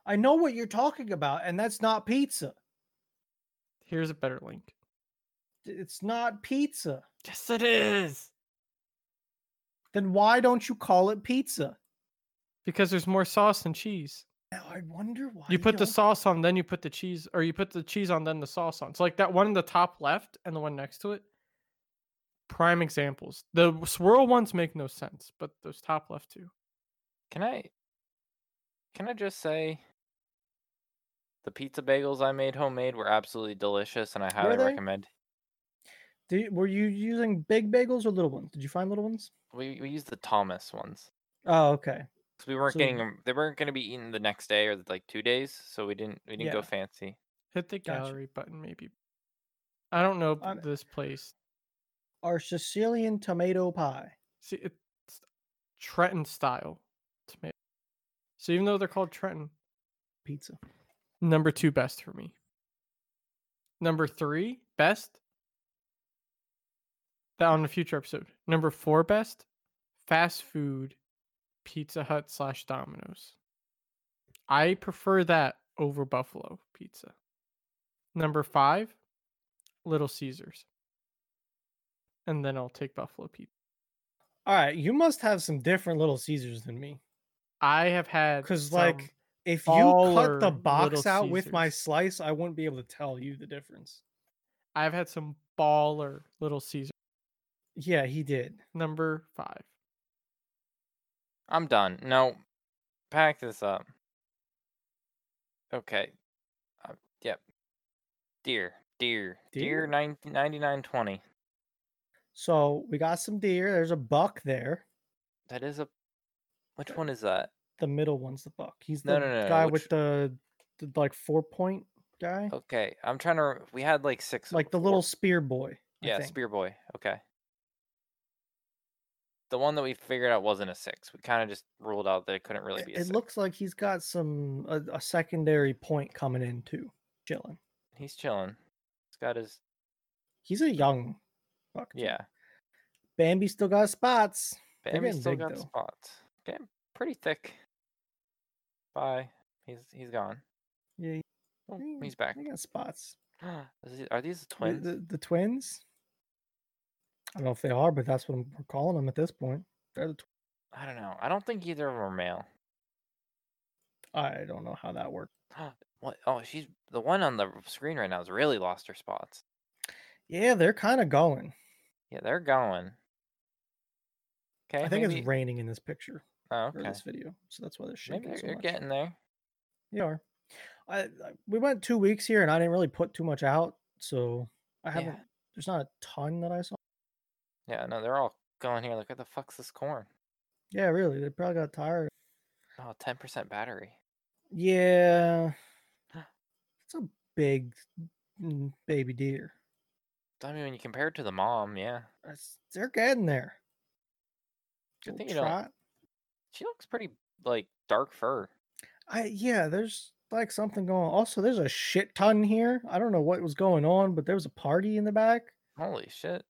B: I know what you're talking about, and that's not pizza.
C: Here's a better link.
B: It's not pizza.
C: Yes, it is.
B: Then why don't you call it pizza?
C: Because there's more sauce than cheese.
B: Now I wonder why
C: you put the
B: don't-
C: sauce on, then you put the cheese, or you put the cheese on, then the sauce on. So like that one in the top left and the one next to it. Prime examples. The swirl ones make no sense, but those top left two.
A: can I? Can I just say? The pizza bagels I made homemade were absolutely delicious, and I highly
B: they?
A: recommend.
B: Do you- were you using big bagels or little ones? Did you find little ones?
A: We we used the Thomas ones.
B: Oh, okay.
A: 'Cause we weren't
B: So-
A: getting 'em- They weren't going to be eaten the next day or like two days, so we didn't. We didn't go
B: Yeah.
A: fancy.
C: Hit the
B: Gotcha.
C: gallery button, maybe. I don't know
B: On-
C: this place.
B: Our Sicilian tomato pie.
C: See, it's Trenton style tomato. So even though they're called Trenton,
B: Pizza.
C: number two best for me. Number three best. That on a future episode. Number four best, fast food, Pizza Hut slash Domino's. I prefer that over Buffalo Pizza. Number five, Little Caesars. And then I'll take Buffalo Pizza.
B: All right, you must have some different little Caesars than me.
C: I have had
B: Because,
C: some-
B: like, if you cut the
C: baller
B: box
C: Little
B: out with my
C: Caesars.
B: slice, I wouldn't be able to tell you the difference.
C: I've had some baller Little Caesar
B: Yeah, he did.
C: number five.
A: I'm done. No, pack this up. Okay. Uh, yep. Deer, deer, deer.
B: Deer.
A: 90, 9920.
B: So we got some deer. There's a buck there.
A: That is a. Which one is that?
B: The middle one's the buck. He's the
A: No, no, no,
B: guy
A: which-
B: with the, the like four point guy,
A: Okay, I'm trying to. re- We had like six.
B: like the
A: four-
B: little spear boy. I
A: Yeah,
B: think.
A: spear boy. Okay. The one that we figured out wasn't a six. We kind of just ruled out that it couldn't really
B: it-
A: be. A
B: It
A: six.
B: looks like he's got some a, a secondary point coming in too. Chilling.
A: He's chilling. He's got his.
B: He's a young fuck. too.
A: Yeah.
B: Bambi still got spots. They're
A: Bambi
B: getting
A: still
B: big,
A: got
B: though.
A: spots. Getting pretty thick. Bye. He's he's gone.
B: Yeah,
A: Oh,
B: Mm,
A: he's back.
B: they got spots.
A: (gasps) Is he- Are these
B: The,
A: twins?
B: the, the twins. I don't know if they are, but that's what I'm- we're calling them at this point. They're the tw-
A: I don't know. I don't think either of them are male.
B: I don't know how that works.
A: What? Oh, she's the one on the screen right now. Has really lost her spots.
B: Yeah, they're kind of going.
A: Yeah, they're going. Okay,
B: I think
A: maybe-
B: it's raining in this picture
A: Oh,
B: or
A: okay.
B: this video, so that's why they're shaking
A: Maybe they're,
B: so
A: they're
B: much.
A: getting there.
B: They are. I, I we went two weeks here, and I didn't really put too much out, so I haven't.
A: Yeah.
B: There's not a ton that I saw.
A: Yeah, no, they're all going here. Like, what the fuck's this corn?
B: Yeah, really, they probably got tired.
A: Oh, 10% battery.
B: Yeah, it's a big mm, baby deer.
A: I mean, when you compare it to the mom, yeah,
B: That's- they're getting there.
A: Good
B: Little
A: thing you don't-
B: trot.
A: she looks pretty like dark fur.
B: I yeah, there's like something going. Also, there's a shit ton here. I don't know what was going on, but there was a party in the back.
A: Holy shit,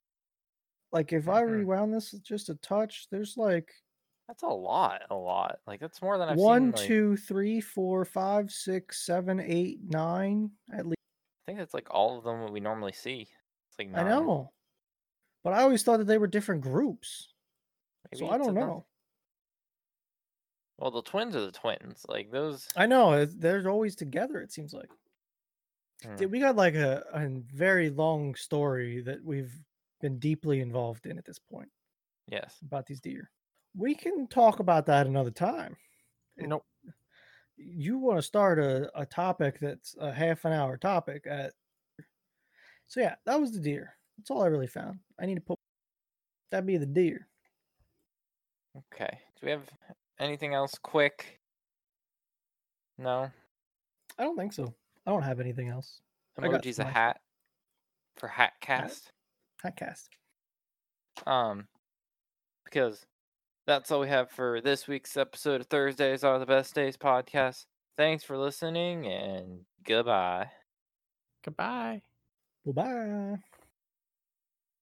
B: Like if I
A: Mhm.
B: rewound this just a touch, there's like
A: that's a lot, a lot. Like that's more than I've seen.
B: one,
A: like-
B: two, three, four, five, six, seven, eight, nine at least.
A: I think that's like all of them what we normally see. It's like nine.
B: I know, but I always thought that they were different groups, so
A: maybe
B: I
A: it's
B: don't
A: enough.
B: know.
A: Well, the twins are the twins. Like those.
B: I know it's- they're always together. It seems like
A: Hmm.
B: Dude, we got like a, a very long story that we've been deeply involved in at this point.
A: Yes.
B: about these deer. We can talk about that another time. It-
C: Nope.
B: You want to start a, a topic that's a half an hour topic at so yeah, that was the deer. That's all I really found. I need to put that'd be the deer.
A: Okay. Do we have anything else quick? No.
B: I don't think so. I don't have anything else. I got
A: Emoji's a
B: some extra.
A: hat for hat cast.
B: Podcast.
A: Um, because that's all we have for this week's episode of Thursdays Are the Best Days podcast. Thanks for listening and goodbye.
C: Goodbye.
B: Bye bye.